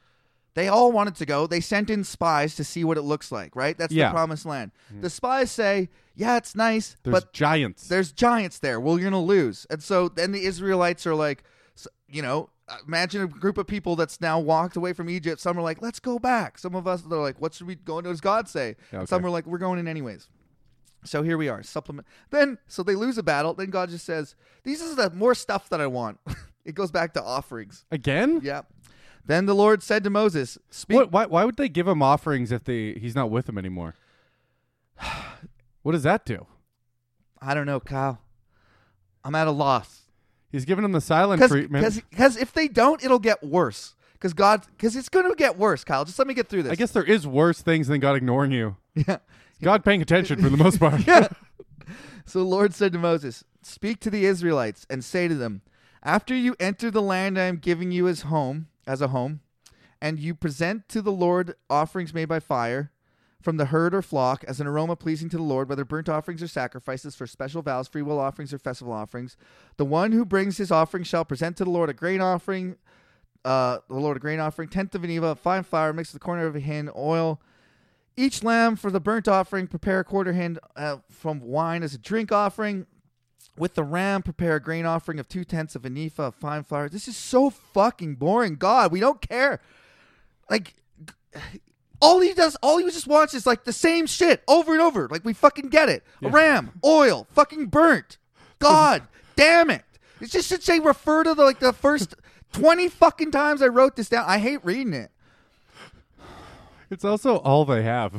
A: They all wanted to go. They sent in spies to see what it looks like, right? That's
B: Yeah.
A: the promised land. The spies say, yeah, it's nice,
B: There's
A: but
B: giants.
A: there's giants there. Well, you're going to lose. And so then the Israelites are like, s- you know, imagine a group of people that's now walked away from Egypt. Some are like, let's go back. Some of us, they're like, what should we go? What does God say?
B: Yeah, okay.
A: Some are like, we're going in anyways. So here we are. Supplement. Then, so they lose a battle. Then God just says, "These is the more stuff that I want." <laughs> it goes back to offerings.
B: Again?
A: Yeah. Then the Lord said to Moses, "Speak."
B: What? Why, why would they give him offerings if they he's not with them anymore? <sighs> What does that do?
A: I don't know, Kyle. I'm at a loss.
B: He's giving him the silent treatment.
A: Because if they don't, it'll get worse. Because God, because it's going to get worse, Kyle. Just let me get through this.
B: I guess there is worse things than God ignoring you.
A: <laughs> Yeah.
B: God paying attention for the most <laughs> part.
A: yeah. So the Lord said to Moses, Speak to the Israelites and say to them, After you enter the land I am giving you as home, as a home, and you present to the Lord offerings made by fire from the herd or flock as an aroma pleasing to the Lord, whether burnt offerings or sacrifices for special vows, free will offerings or festival offerings, the one who brings his offering shall present to the Lord a grain offering, uh, the Lord a grain offering, tenth of an ephah, of fine flour mixed with the corner of a hin, oil, each lamb for the burnt offering, prepare a quarter hand uh, from wine as a drink offering. With the ram, prepare a grain offering of two tenths of an ephah of fine flour. This is so fucking boring. God, we don't care. Like, g- all he does, all he just wants is like the same shit over and over. Like, we fucking get it. A ram, oil, fucking burnt. God, damn it. It just should say refer to the like the first 20 fucking times I wrote this down. I hate reading it.
B: It's also all they have.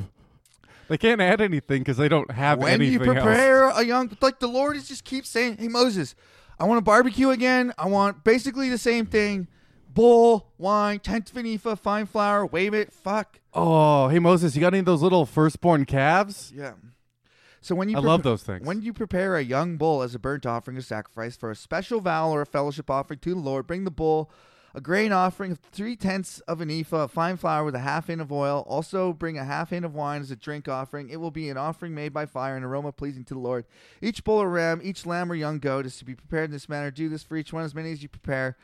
B: They can't add anything because they don't have
A: when
B: anything
A: you
B: else.
A: prepare a young like the lord is just keeps saying hey moses i want a barbecue again i want basically the same thing bull wine tenth vinifa fine flour wave it fuck
B: Oh, hey Moses, you got any of those little firstborn calves?
A: yeah so when you
B: I love those things.
A: when you prepare a young bull as a burnt offering or sacrifice for a special vow or a fellowship offering to the lord bring the bull a grain offering of three tenths of an ephah of fine flour with a half hin of oil. Also bring a half hin of wine as a drink offering. It will be an offering made by fire, an aroma pleasing to the Lord. Each bull or ram, each lamb or young goat is to be prepared in this manner. Do this for each one as many as you prepare.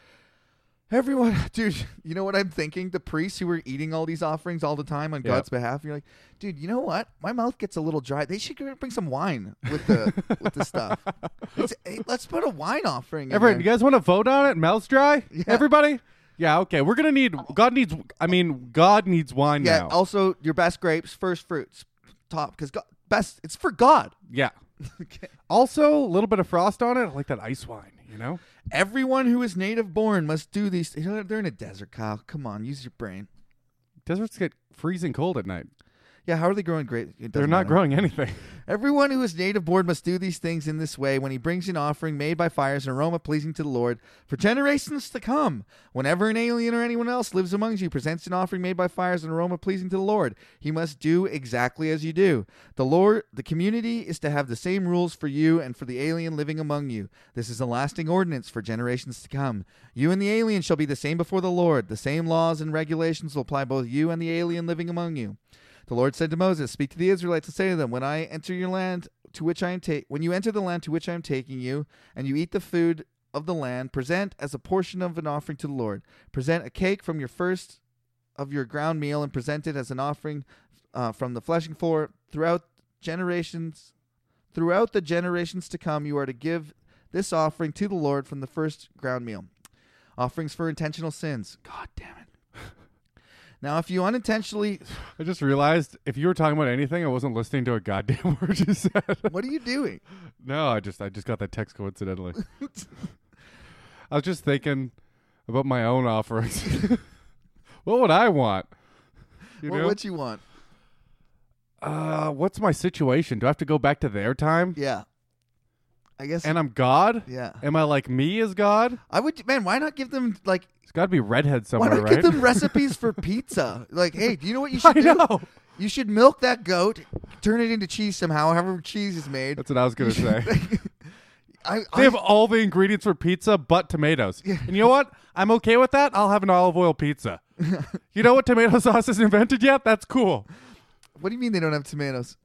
A: Everyone, <laughs> dude, you know what I'm thinking? The priests who were eating all these offerings all the time on
B: Yeah.
A: God's behalf, you're like, dude, you know what? My mouth gets a little dry. They should bring some wine with the with the
B: <laughs>
A: stuff. It's, hey, let's put a wine offering. In
B: Everyone, you
A: there.
B: guys want to vote on it? Mouth's dry?
A: Yeah.
B: Everybody? Yeah, okay. We're gonna need God needs I mean, God needs wine
A: yeah.
B: now.
A: Also, your best grapes, first fruits, top because God, best. It's for God. <laughs>
B: <laughs> yeah.
A: Okay.
B: Also, a little bit of frost on it. I like that ice wine, you know?
A: Everyone who is native born must do these. You know, They're in a desert, Kyle. Come on, use your brain.
B: Deserts get freezing cold at night.
A: Yeah, how are they growing grapes? It
B: They're
A: doesn't
B: not
A: matter.
B: growing <laughs> anything.
A: Everyone who is native born must do these things in this way when he brings an offering made by fires, an aroma pleasing to the Lord for generations to come. Whenever an alien or anyone else lives amongst you, presents an offering made by fires, an aroma pleasing to the Lord, he must do exactly as you do. The Lord, the community is to have the same rules for you and for the alien living among you. This is a lasting ordinance for generations to come. You and the alien shall be the same before the Lord. The same laws and regulations will apply both you and the alien living among you. The Lord said to Moses, "Speak to the Israelites and say to them, when I enter your land to which I am ta- when you enter the land to which I am taking you, and you eat the food of the land, present as a portion of an offering to the Lord. Present a cake from your first of your ground meal and present it as an offering uh, from the fleshing floor throughout generations throughout the generations to come you are to give this offering to the Lord from the first ground meal. Offerings for intentional sins. God damn it. Now, if you unintentionally <laughs>
B: I just realized if you were talking about anything, I wasn't listening to a goddamn <laughs> word you said.
A: What are you doing?
B: no, I just I just got that
A: <laughs>
B: text coincidentally. I was just thinking about my own offerings. <laughs> what would I want? You
A: what
B: know?
A: would you want?
B: uh, what's my situation? Do I have to go back to their time?
A: Yeah. I guess.
B: And I'm God?
A: yeah.
B: Am I like me as God?
A: I would, man, why not give them, like,
B: It's got to be redhead
A: why
B: somewhere,
A: not
B: right?
A: give them recipes for pizza? Like, hey, do you know what you
B: <laughs> I
A: should do?
B: know.
A: You should milk that goat, turn it into cheese somehow, however cheese is made.
B: That's what I was
A: <laughs>
B: gonna say.
A: I,
B: They
A: I,
B: have all the ingredients for pizza but tomatoes. And you know what? I'm okay
A: <laughs>
B: with <laughs> that. I'll have an olive oil pizza. you know what tomato sauce isn't invented yet? That's cool.
A: What do you mean they don't have tomatoes?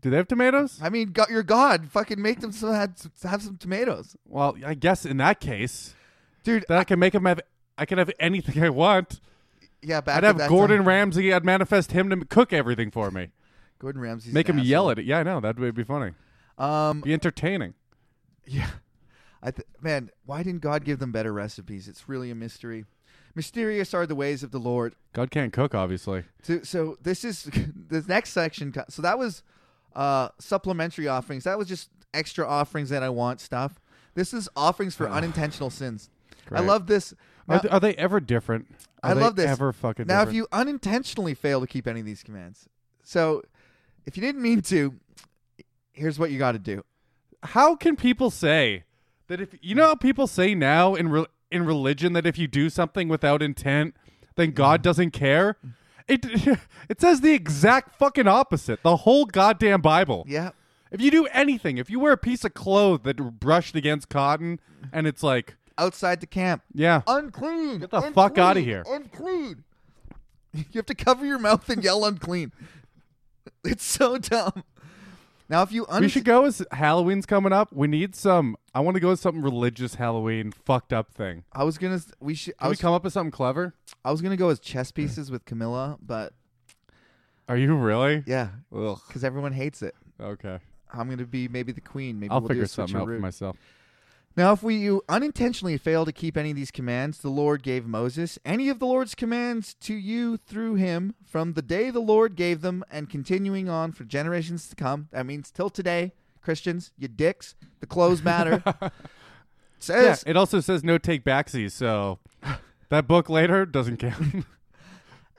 B: Do they have tomatoes?
A: I mean, go- your God, fucking make them so have, have some tomatoes,
B: Well, I guess in that case,
A: dude.
B: then I can make him have. I can have anything I want.
A: Yeah, back
B: I'd
A: to
B: have
A: that
B: Gordon
A: time.
B: Ramsay. I'd manifest him to cook everything
A: <laughs>
B: for me.
A: Gordon Ramsay.
B: Make him yell at it. Yeah, I know that would be funny.
A: Um, <laughs>
B: Be entertaining.
A: yeah, I th- man, why didn't God give them better recipes? It's really a mystery. Mysterious are the ways of the Lord.
B: God can't cook, obviously.
A: So, so this is <laughs> the next section. co- So that was uh, supplementary offerings. That was just extra offerings that I want stuff. This is offerings for unintentional sins. I
B: Great.
A: love this. Now,
B: are, th- are they ever different? Are
A: I
B: they
A: love this.
B: Ever fucking
A: now if
B: different?
A: you unintentionally fail to keep any of these commands, so if you didn't mean to, here's what you got to do.
B: How can people say that if you know how people say now in re- in religion that if you do something without intent, then God doesn't care? It <laughs> it says the exact fucking opposite. The whole goddamn Bible.
A: Yeah,
B: If you do anything, if you wear a piece of cloth that brushed against cotton, and it's like,
A: outside the camp.
B: yeah,
A: unclean.
B: Get the fuck
A: unclean,
B: outta here.
A: Unclean. <laughs> You have to cover your mouth and yell unclean. <laughs> It's so dumb. Now, if you un-
B: we should go as Halloween's coming up. We need some. I want to go with something religious Halloween fucked up thing.
A: I was gonna, s- we should. I
B: Can we
A: was,
B: come up with something clever?
A: I was gonna go as chess pieces with Camilla, but
B: Are you really?
A: yeah,
B: Ugh.
A: because everyone hates it.
B: Okay.
A: I'm gonna be maybe the queen. Maybe
B: I'll
A: we'll do
B: figure
A: a
B: something out for
A: switcheroo.
B: myself.
A: Now, if we you unintentionally fail to keep any of these commands the Lord gave Moses, any of the Lord's commands to you through him from the day the Lord gave them and continuing on for generations to come, that means till today, Christians, you dicks, the clothes matter.
B: Yeah,
A: says
B: it also says no take
A: <laughs>
B: backsies, so that book later doesn't count.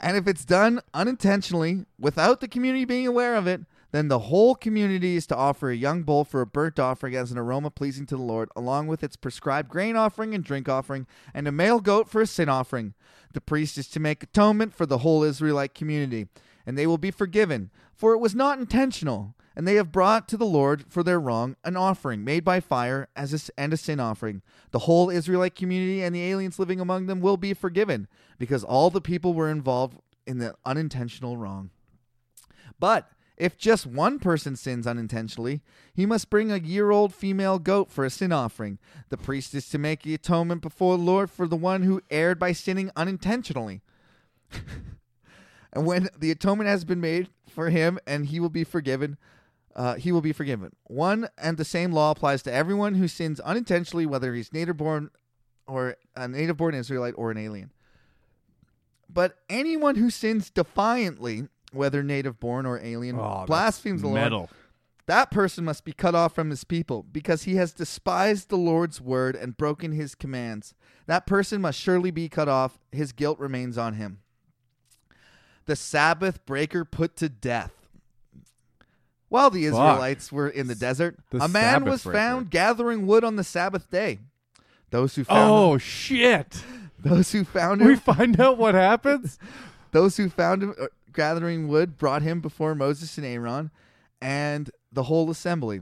A: And if it's done unintentionally, without the community being aware of it, then the whole community is to offer a young bull for a burnt offering as an aroma pleasing to the Lord, along with its prescribed grain offering and drink offering, and a male goat for a sin offering. The priest is to make atonement for the whole Israelite community, and they will be forgiven, for it was not intentional. And they have brought to the Lord for their wrong an offering made by fire as a, s- and a sin offering. The whole Israelite community and the aliens living among them will be forgiven because all the people were involved in the unintentional wrong. But if just one person sins unintentionally, he must bring a year old female goat for a sin offering. The priest is to make the atonement before the Lord for the one who erred by sinning unintentionally. and when the atonement has been made for him and he will be forgiven, uh, he will be forgiven. One and the same law applies to everyone who sins unintentionally, whether he's native born or a native born Israelite or an alien. But anyone who sins defiantly, whether native born or alien,
B: Oh,
A: blasphemes the Lord that person must be cut off from his people because he has despised the Lord's word and broken his commands. That person must surely be cut off. His guilt remains on him. The Sabbath breaker put to death. While the
B: Fuck.
A: Israelites were in the desert,
B: The
A: a man
B: Sabbath
A: was
B: breaker.
A: found gathering wood on the Sabbath day. Those who found
B: Oh shit!
A: those who found
B: We
A: him,
B: find out what happens.
A: those who found him uh, gathering wood brought him before Moses and Aaron and the whole assembly.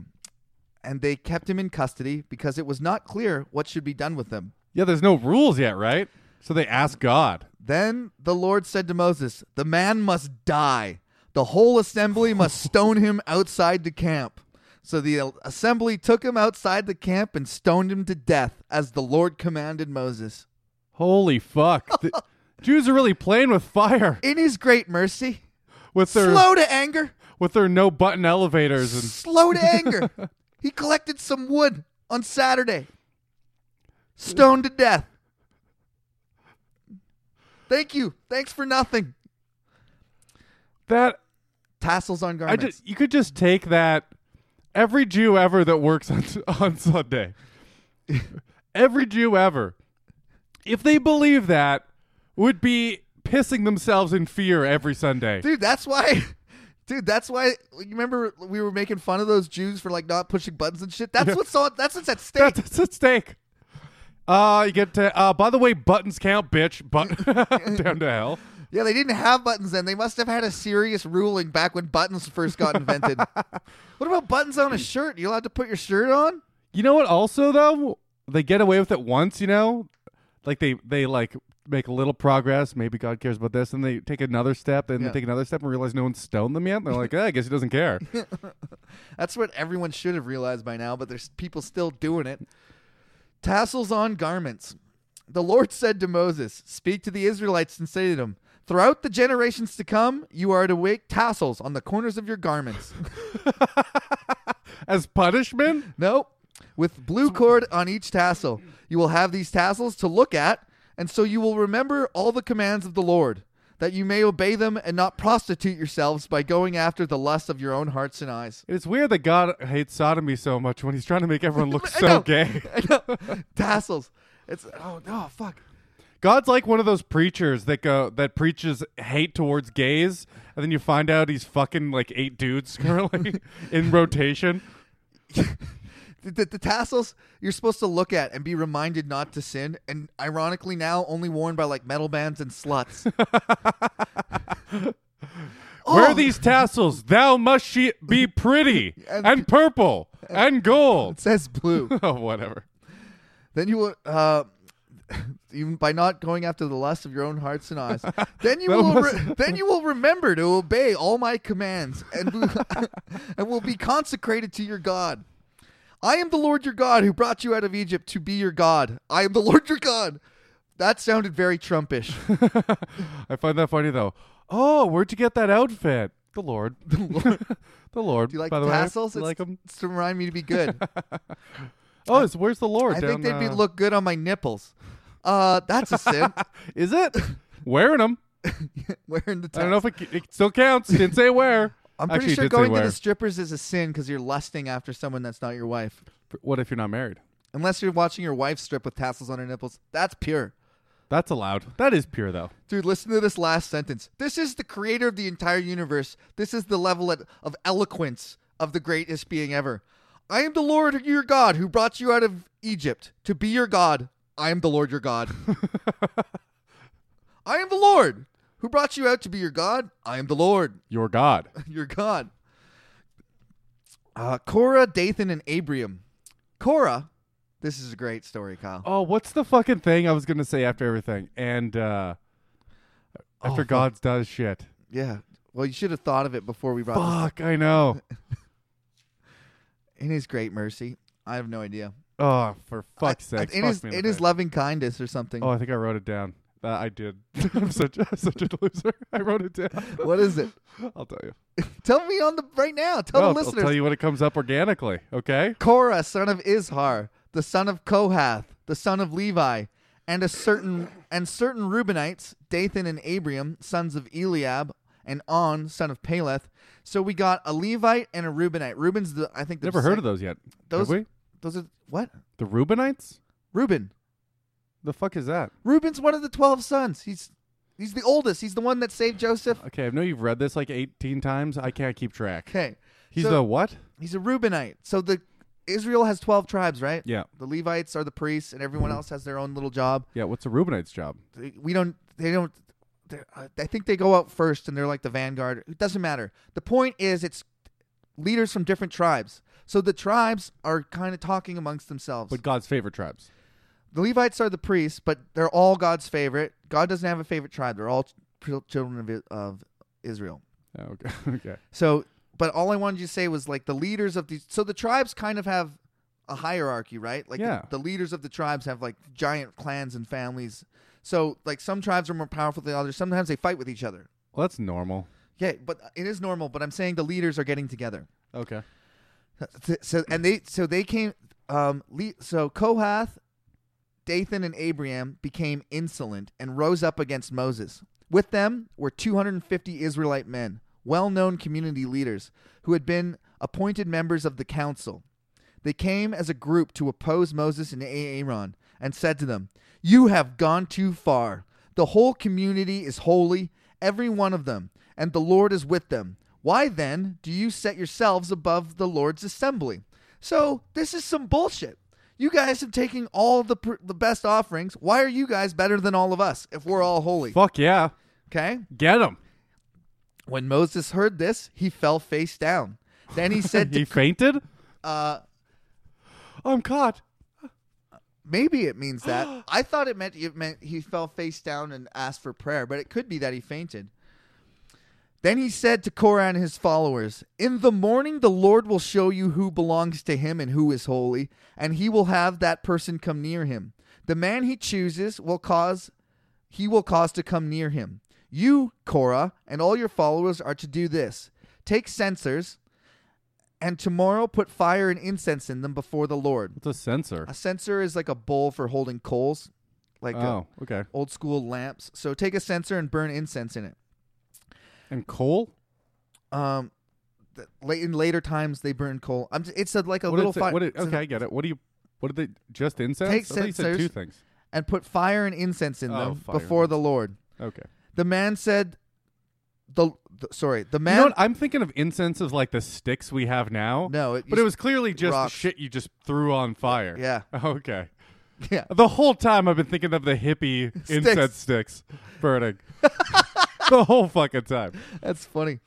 A: And they kept him in custody because it was not clear what should be done with them.
B: Yeah, there's no rules yet, right? So they ask God.
A: Then the Lord said to Moses, The man must die. The whole assembly must stone him outside the camp. So the uh, assembly took him outside the camp and stoned him to death, as the Lord commanded Moses.
B: Holy fuck!
A: <laughs>
B: The Jews are really playing with fire
A: In his great mercy,
B: with their
A: slow to anger,
B: with their no button elevators and
A: slow to
B: <laughs>
A: anger. he collected some wood on Saturday, stoned to death. Thank you. Thanks for nothing.
B: that.
A: Tassels on
B: I
A: garments.
B: just you could just take that every Jew ever that works on <laughs> on Sunday, <laughs> every Jew ever, if they believe that, would be pissing themselves in fear every Sunday.
A: dude, that's why. <laughs> Dude, that's why. You remember we were making fun of those Jews for like not pushing buttons and shit. That's what's on. That's what's
B: <laughs>
A: at stake.
B: <laughs> That's, that's at stake. Uh, you get to. Uh, by the way, buttons count, bitch. But <laughs> down to hell.
A: yeah, they didn't have buttons then. They must have had a serious ruling back when buttons first got
B: <laughs>
A: invented. what about buttons on a shirt? You allowed to put your shirt on?
B: You know what? Also, though, they get away with it once. You know, like they they like make a little progress. Maybe God cares about this. And they take another step, then
A: Yeah.
B: they take another step and realize no one's stoned them yet. And they're like, eh, I guess he doesn't care.
A: <laughs> That's what everyone should have realized by now, but there's people still doing it. Tassels on garments. The Lord said to Moses, Speak to the Israelites and say to them, Throughout the generations to come, you are to wake tassels on the corners of your garments.
B: As punishment?
A: nope. With blue cord on each tassel. You will have these tassels to look at, and so you will remember all the commands of the Lord, that you may obey them and not prostitute yourselves by going after the lusts of your own hearts and eyes.
B: It's weird that God hates sodomy so much when he's trying to make everyone look
A: <laughs> I
B: so
A: know.
B: gay.
A: <laughs> I know. Tassels. It's oh no, fuck. <laughs>
B: God's like one of those preachers that go that preaches hate towards gays, and then you find out he's fucking like eight
A: <laughs>
B: dudes <laughs> currently in rotation.
A: The, the, the tassels you're supposed to look at and be reminded not to sin, and ironically now only worn by like metal bands and sluts. <laughs>
B: Where
A: Oh,
B: are these tassels? Thou must she <laughs> be pretty and, purple and
A: It
B: gold.
A: says blue.
B: <laughs> Oh, whatever.
A: then you will. Uh, <laughs> even by not going after the lust of your own hearts and
B: <laughs>
A: eyes, then you
B: That
A: will
B: was-
A: re- <laughs> then you will remember to obey all my commands and <laughs> and will be consecrated to your God. I am the Lord your God who brought you out of Egypt to be your God. I am the <laughs> Lord your God. That sounded very
B: <laughs>
A: Trumpish.
B: I find that funny though. Oh, where'd you get that outfit? The Lord. <laughs> The Lord. the Lord.
A: Do you like
B: by the
A: tassels?
B: Way. You
A: It's-
B: like 'em?
A: It's to remind me to be
B: <laughs>
A: good.
B: Oh, it's, where's the Lord?
A: I think
B: Down,
A: they'd be
B: uh,
A: look good on my nipples. Uh, that's a
B: <laughs>
A: sin.
B: Is it wearing them?
A: Wearing the
B: I don't know
A: tassels.
B: if it, c- it still counts. Didn't say where.
A: <laughs> I'm pretty
B: Actually, it
A: sure
B: did say
A: going to
B: where.
A: the strippers is a sin because you're lusting after someone that's not your wife.
B: What if you're not married?
A: Unless you're watching your wife strip with tassels on her nipples. That's pure.
B: That's allowed. That is pure though.
A: Dude, listen to this last sentence. This is the creator of the entire universe. This is the level at, of eloquence of the greatest being ever. I am the Lord your God who brought you out of Egypt to be your God. I am the Lord your
B: <laughs>
A: God. I am the Lord who brought you out to be your God. I am the Lord <laughs>
B: Your God.
A: your God. Uh, Cora, Dathan, and Abiram. Cora, this is a great story, Kyle.
B: Oh, what's the fucking thing I was gonna say after everything? And uh after
A: Oh, fuck.
B: God's does shit.
A: Yeah. Well, you should have thought of it before we brought this
B: Fuck,
A: <laughs>
B: I know.
A: In his great mercy. I have no idea.
B: Oh, for fuck's
A: I- I-
B: sake.
A: in
B: fuck
A: his,
B: me in the
A: in his
B: face.
A: loving kindness or something.
B: Oh, I think I wrote it down. Uh, I did. <laughs> I'm such a, such a loser. <laughs> I wrote
A: <laughs>
B: it down.
A: What is it?
B: I'll tell you.
A: Tell me on the right now. Tell
B: I'll,
A: the
B: I'll
A: listeners.
B: tell you when it comes up organically. Okay.
A: Korah, son of Izhar, the son of Kohath, the son of Levi, and a certain and certain Reubenites, Dathan and Abiram, sons of Eliab, and On, son of Peleth. So we got a Levite and a Reubenite. Reuben's the I think the
B: Never heard of those yet.
A: Those-
B: Have we?
A: Those are what?
B: The Reubenites?
A: Reuben.
B: The fuck is that?
A: Reuben's one of the twelve sons. He's he's the oldest. He's the one that saved Joseph.
B: Okay, I know you've read this like 18 times. I can't keep track.
A: Okay.
B: He's
A: so
B: the what?
A: he's a Reubenite. So the Israel has twelve tribes, right?
B: Yeah. Mm-hmm.
A: The Levites are the priests, and everyone else has their own little job.
B: Yeah, what's a Reubenite's job?
A: they- we don't they don't they're- uh, I think they go out first and they're like the vanguard. It doesn't matter. The point is it's leaders from different tribes. So the tribes are kind of talking amongst themselves.
B: But God's favorite tribes.
A: the Levites are the priests, but they're all God's favorite. God doesn't have a favorite tribe. They're all ch- children of, I- of Israel.
B: Oh, okay. <laughs> okay.
A: So, but all I wanted you to say was like the leaders of these. So the tribes kind of have a hierarchy, right? Like the-
B: Yeah.
A: the, leaders of the tribes have like giant clans and families. So like some tribes are more powerful than others. Sometimes they fight with each other.
B: Well, that's normal.
A: Yeah, but it is normal. But I'm saying the leaders are getting together.
B: Okay.
A: So and they so they came. Um, le- so Kohath, Dathan, and Abiram became insolent and rose up against Moses. With them were 250 Israelite men, well-known community leaders who had been appointed members of the council. They came as a group to oppose Moses and Aaron and said to them, You have gone too far. The whole community is holy, every one of them, and the Lord is with them. Why then do you set yourselves above the Lord's assembly? So this is some bullshit. You guys have taken all the pr- the best offerings. Why are you guys better than all of us if we're all holy?
B: Fuck yeah.
A: Okay?
B: Get him.
A: When Moses heard this, he fell face down.
B: <laughs>
A: Then he said to
B: He fainted?
A: uh
B: I'm caught.
A: Maybe it means that. I thought it meant it meant he fell face down and asked for prayer, but it could be that he fainted. Then he said to Korah and his followers, In the morning the Lord will show you who belongs to him and who is holy, and he will have that person come near him. The man he chooses will cause he will cause to come near him. You, Korah, and all your followers are to do this. Take censers, and tomorrow put fire and incense in them before the Lord.
B: What's a censer?
A: A censer is like a bowl for holding coals, like uh,
B: Oh, okay.
A: old school lamps. So take a censer and burn incense in it.
B: And coal?
A: Um, th- late in later times they burned coal. I'm, it's a, like a
B: What
A: little
B: is it-
A: fire.
B: what it- okay, I get it. What do you? What did they? Just incense?
A: Take
B: I thought you said two
A: sensors.
B: things.
A: and put fire and incense in
B: Oh,
A: them
B: fire and
A: before the Lord.
B: Okay.
A: The man said, "The, the sorry, the
B: You
A: man."
B: know what? I'm thinking of incense as like the sticks we have now.
A: no, it,
B: but it was clearly just
A: rocks.
B: shit you just threw on fire.
A: yeah,
B: <laughs> Okay.
A: yeah.
B: The whole time I've been thinking of the hippie incense sticks
A: <laughs>
B: burning. the whole fucking time.
A: <laughs> That's funny.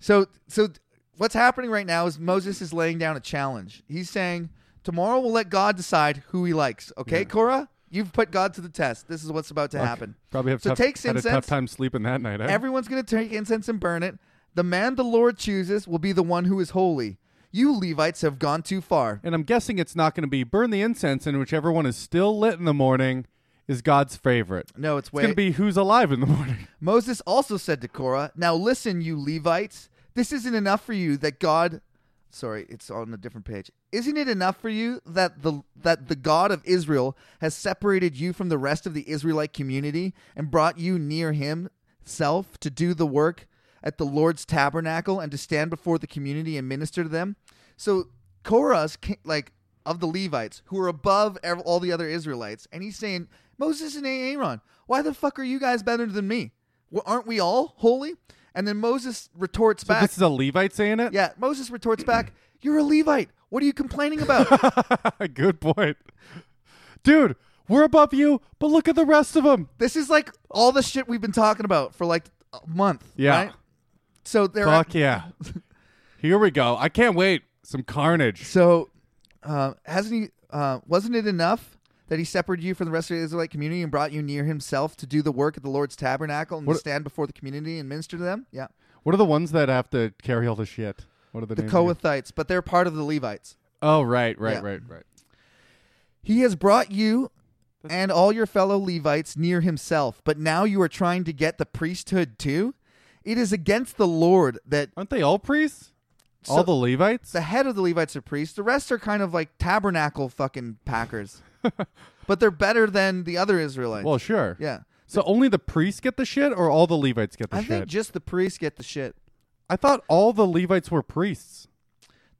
A: So so th- what's happening right now is Moses is laying down a challenge. He's saying, Tomorrow we'll let God decide who he likes. Okay, Cora? You've put God to the test. This is what's about to happen.
B: Probably have
A: So
B: tough,
A: take
B: had a tough
A: incense.
B: time sleeping that night. eh?
A: Everyone's gonna take incense and burn it. The man the Lord chooses will be the one who is holy. You Levites have gone too far.
B: and I'm guessing it's not going to be burn the incense, and whichever one is still lit in the morning is God's favorite.
A: No, it's
B: It's
A: way
B: going to be who's alive in the morning. <laughs>
A: Moses also said to Korah, Now listen, you Levites, this isn't enough for you that God sorry, it's on a different page. Isn't it enough for you that the that the God of Israel has separated you from the rest of the Israelite community and brought you near himself to do the work at the Lord's tabernacle and to stand before the community and minister to them? So Korah's ca- like of the Levites who are above ev- all the other Israelites, and he's saying, Moses and Aaron, why the fuck are you guys better than me? Well, aren't we all holy? And then Moses retorts
B: So
A: back,
B: this is a Levite saying it?
A: yeah, Moses retorts back, "You're a Levite. What are you complaining about?"
B: <laughs> Good point. Dude, we're above you, but look at the rest of them.
A: this is like all the shit we've been talking about for like a month.
B: Yeah.
A: right? So there. are <laughs>
B: Fuck yeah. Here we go. I can't wait. Some carnage.
A: So uh, hasn't he? Uh, wasn't it enough that he separated you from the rest of the Israelite community and brought you near himself to do the work at the Lord's tabernacle and to
B: What-
A: stand before the community and minister to them? Yeah,
B: What are the ones that have to carry all the shit? What are the,
A: the
B: names again?
A: Kohathites, but they're part of the Levites.
B: Oh, right, right,
A: Yeah.
B: right, right.
A: He has brought you and all your fellow Levites near himself, but now you are trying to get the priesthood too? It is against the Lord that
B: Aren't they all priests?
A: So-
B: all the Levites?
A: the head of the Levites are priests. The rest are kind of like tabernacle fucking
B: <laughs>
A: packers. but they're better than the other Israelites.
B: well, sure.
A: yeah.
B: So only the priests get the shit, or all the Levites get the
A: I
B: shit?
A: think just the priests get the shit.
B: I thought all the Levites were priests.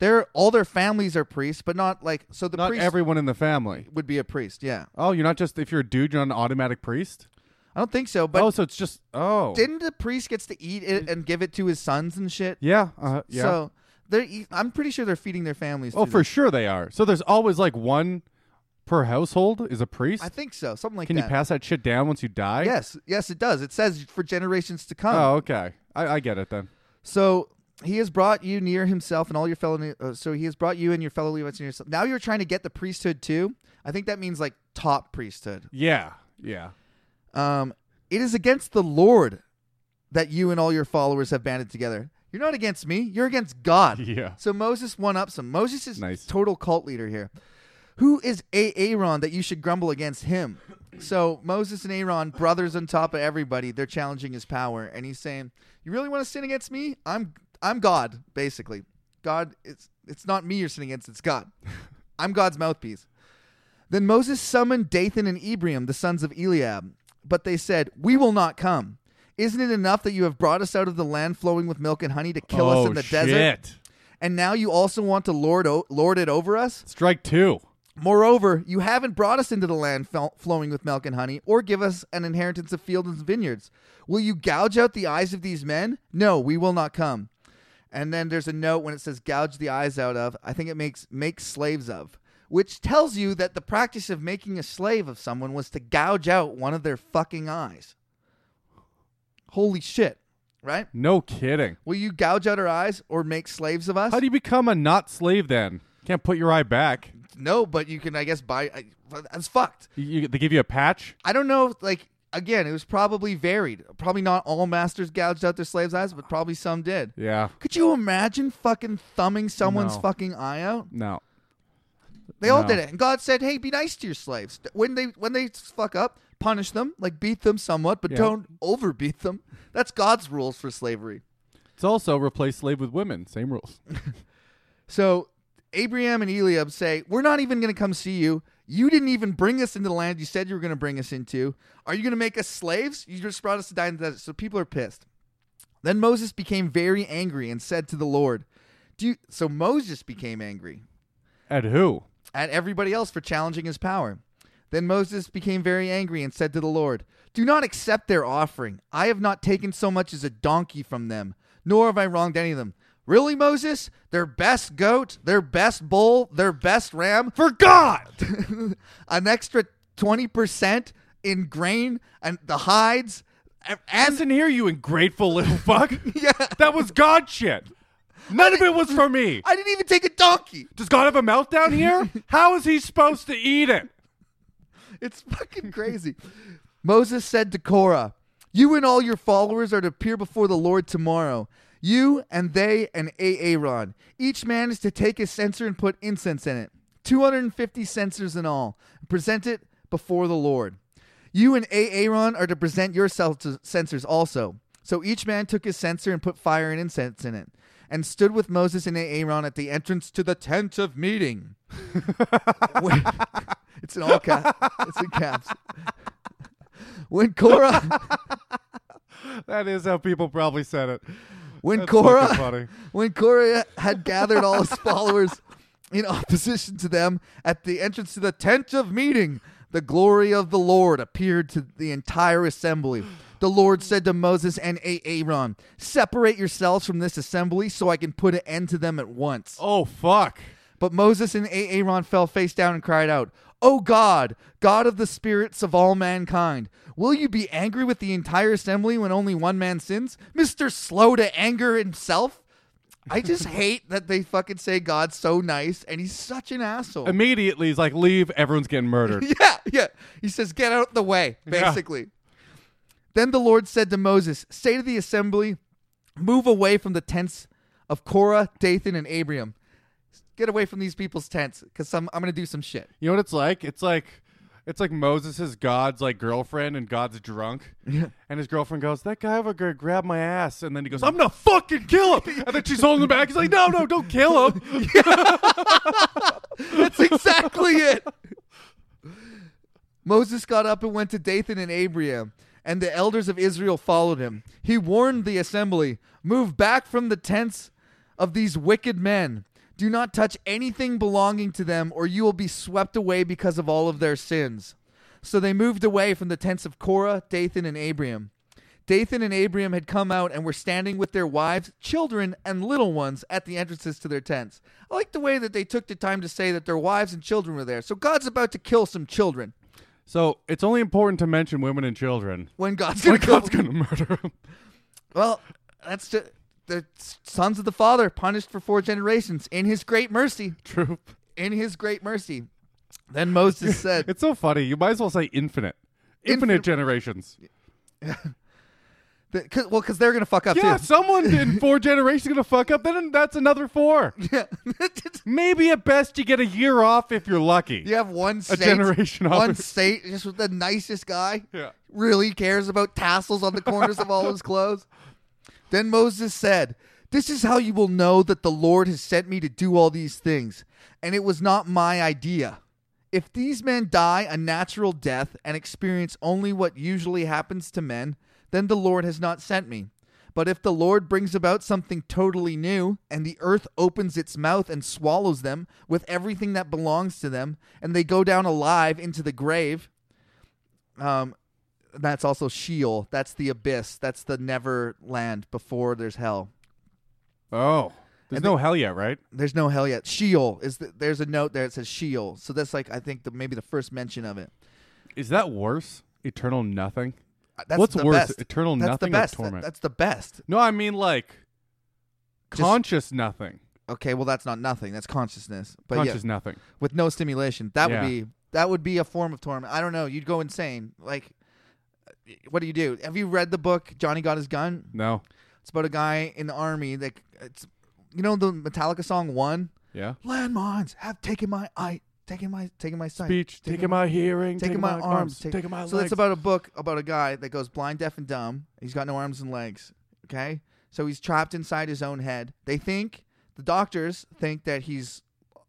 A: They're all their families are priests, but not like so the
B: not
A: priest
B: everyone in the family.
A: would be a priest, yeah.
B: Oh, you're not just if you're a dude, you're not an automatic priest.
A: I don't think so, but
B: oh, so it's just oh,
A: didn't the priest gets to eat it and give it to his sons and shit?
B: yeah, uh, yeah.
A: So they're eat- I'm pretty sure they're feeding their families.
B: oh,
A: through
B: for
A: this.
B: sure they are. So there's always like one per household is a priest.
A: I think so. Something like
B: Can
A: that.
B: you pass that shit down once you die?
A: Yes, yes, it does. It says for generations to come.
B: Oh, okay. I, I get it then.
A: So he has brought you near himself and all your fellow. Uh, so he has brought you and your fellow Levites near yourself. Now you're trying to get the priesthood too. I think that means like top priesthood.
B: Yeah, yeah.
A: Um, it is against the Lord that you and all your followers have banded together. You're not against me. You're against God.
B: <laughs> Yeah.
A: So Moses won up some. Moses is
B: Nice.
A: total cult leader here. Who is Aaron that you should grumble against him? So Moses and Aaron, brothers on top of everybody, they're challenging his power, and he's saying, "You really want to sin against me? I'm I'm God, basically. God, it's it's not me you're sinning against, it's
B: <laughs>
A: God. I'm God's mouthpiece." Then Moses summoned Dathan and Abiram, the sons of Eliab. But they said, We will not come. Isn't it enough that you have brought us out of the land flowing with milk and honey to kill
B: oh,
A: us in the
B: shit.
A: desert? And now you also want to lord, o- lord it over us?
B: Strike two.
A: Moreover, you haven't brought us into the land fel- flowing with milk and honey, or give us an inheritance of fields and vineyards. Will you gouge out the eyes of these men? No, we will not come. And then there's a note when it says gouge the eyes out of. I think it makes make slaves of, which tells you that the practice of making a slave of someone was to gouge out one of their fucking eyes. Holy shit, right?
B: No kidding.
A: Will you gouge out our eyes or make slaves of us?
B: How do you become a not slave then? Can't put your eye back.
A: No, but you can, I guess, buy. I, that's fucked.
B: You, you- they give you a patch.
A: I don't know. if, Like again, it was probably varied. Probably not all masters gouged out their slaves' eyes, but probably some did.
B: Yeah.
A: Could you imagine fucking thumbing someone's
B: No.
A: fucking eye out?
B: No.
A: They all
B: No.
A: did it, and God said, "Hey, be nice to your slaves. When they when they fuck up, punish them, like beat them somewhat, but
B: Yeah.
A: don't overbeat them." That's God's rules for slavery.
B: It's also replace slave with women. Same rules. <laughs>
A: So Abraham and Eliab say, We're not even going to come see you. You didn't even bring us into the land you said you were going to bring us into. Are you going to make us slaves? You just brought us to die in the desert. So people are pissed. Then Moses became very angry and said to the Lord, Do you... So Moses became angry
B: At who?
A: at everybody else for challenging his power. Then Moses became very angry and said to the Lord, Do not accept their offering. I have not taken so much as a donkey from them, nor have I wronged any of them. Really, Moses? Their best goat, their best bull, their best ram? For God! <laughs> An extra 20% in grain and the hides. and- And
B: Listen here, you
A: <laughs>
B: ungrateful little fuck.
A: Yeah.
B: That was God shit. None of it was for me.
A: I didn't even take a donkey.
B: Does God have a
A: <laughs>
B: meltdown here? How is he supposed to eat it?
A: It's fucking crazy. <laughs> Moses said to Korah, You and all your followers are to appear before the Lord tomorrow. You and they and Aaron. Each man is to take his censer and put incense in it. 250 censers in all. and Present it before the Lord. You and Aaron are to present yourselves to censers also. So each man took his censer and put fire and incense in it, and stood with Moses and Aaron at the entrance to the tent of meeting. When- it's in all caps. It's in
B: <laughs>
A: caps. When Cora,
B: That is how people probably said it.
A: when
B: That's fucking
A: Cora,
B: funny.
A: when Cora had gathered all his followers in opposition to them at the entrance to the tent of meeting, the glory of the Lord appeared to the entire assembly. The Lord said to Moses and Aaron, "Separate yourselves from this assembly, so I can put an end to them at once."
B: Oh fuck.
A: But Moses and Aaron fell face down and cried out, O God, God of the spirits of all mankind, will you be angry with the entire assembly when only one man sins? Mr. Slow to anger himself? I just hate that they fucking say God's so nice and he's such an asshole.
B: Immediately he's like, leave, everyone's
A: <laughs>
B: getting murdered.
A: Yeah, yeah. He says, Get out of the way,
B: Yeah.
A: basically. Then the Lord said to Moses, Say to the assembly, move away from the tents of Korah, Dathan, and Abiram. Get away from these people's tents because I'm, I'm going to do some shit. <laughs>
B: You know what it's like? It's like it's like Moses' God's like girlfriend and God's drunk. Yeah. And his girlfriend goes, That guy over there grabbed my ass and then he goes, I'm gonna fucking kill him <laughs> And then she's holding him back. He's like, No, no, don't kill <laughs> him.
A: That's exactly it. Moses got up and went to Dathan and Abiram, and the elders of Israel followed him. He warned the assembly Move back from the tents of these wicked men. Do not touch anything belonging to them, or you will be swept away because of all of their sins. So they moved away from the tents of Korah, Dathan, and Abiram. Dathan and Abiram had come out and were standing with their wives, children, and little ones at the entrances to their tents. I like the way that they took the time to say that their wives and children were there. So God's about to kill some children
B: so it's only important to mention women and children.
A: when God's
B: When
A: going to kill.
B: God's gonna murder him. <laughs>
A: Well, that's just, the sons of the father punished for four generations in His great mercy.
B: True.
A: In His great mercy. Then
B: <laughs>
A: Moses said,
B: It's so funny. You might as well say infinite. Infinite,
A: Infinite-
B: generations.
A: that, cause, "Well, because they're going to fuck up
B: Yeah,
A: too."
B: someone <laughs> in four generations gonna fuck up. Then that's another <laughs> four. Maybe at best you get a year off if you're lucky.
A: <laughs> You have one state,
B: generation
A: one
B: off.
A: state, just with the nicest guy.
B: Yeah.
A: really cares about tassels on the corners of all his clothes. Then Moses said, "This is how you will know that the Lord has sent me to do all these things, and it was not my idea." If these men die a natural death and experience only what usually happens to men, then the Lord has not sent me. But if the Lord brings about something totally new, and the earth opens its mouth and swallows them with everything that belongs to them, and they go down alive into the grave, um, that's also Sheol. That's the abyss. That's the never land before there's hell.
B: Oh. There's
A: And
B: no hell yet, right?
A: There's no hell yet. Sheol is the, there's a note there that says Sheol. So that's like I think the, maybe the first mention of it.
B: Is that worse? Eternal nothing?
A: Uh, That's
B: What's
A: the
B: worse,
A: Best.
B: eternal
A: that's
B: nothing
A: the
B: or
A: best. That-
B: torment?
A: that's the best.
B: No, I mean like
A: Just-
B: conscious nothing.
A: Okay, well that's not nothing. That's consciousness. But
B: Conscious
A: yeah,
B: nothing.
A: with no stimulation, that
B: Yeah.
A: would be That would be a form of torment. I don't know. You'd go insane. Like, what do you do? Have you read the book Johnny Got His Gun?
B: No.
A: It's about a guy in the army that it's you know the Metallica song One.
B: Yeah.
A: Landmines have taken my eye, taken my taken my sight,
B: Speech. Taking, my hearing.
A: taking my arms, take-
B: taking my
A: so
B: legs.
A: that's about a book about a guy that goes blind, deaf, and dumb. He's got no arms and legs. Okay, so he's trapped inside his own head. They think the doctors think that he's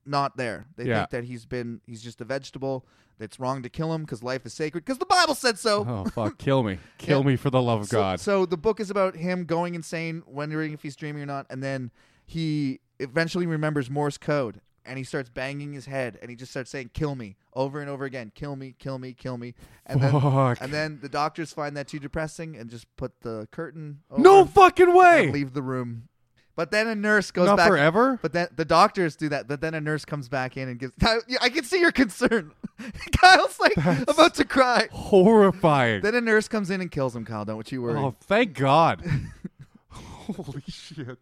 A: not there. They
B: Yeah.
A: think that he's been he's just a vegetable. That's wrong to kill him because life is sacred. Because the Bible said so.
B: oh fuck! Kill
A: <laughs>
B: me. Kill me for the love of
A: So-
B: God.
A: So, the book is about him going insane, wondering if he's dreaming or not, and then he eventually remembers Morse code and he starts banging his head and he just starts saying "kill me" over and over again, "kill me, kill me, kill me," and then
B: fuck.
A: <laughs> and then the doctors find that too depressing and just put the curtain. Over
B: no fucking
A: and
B: way.
A: leave the room. But then a nurse goes
B: Not
A: back.
B: forever.
A: But then the doctors do that. But then a nurse comes back in and gives. I, I can see your concern. <laughs> Kyle's like about to cry.
B: Horrifying.
A: Then a nurse comes in and kills him. Kyle, don't you worry.
B: Oh, thank God. <laughs> Holy shit.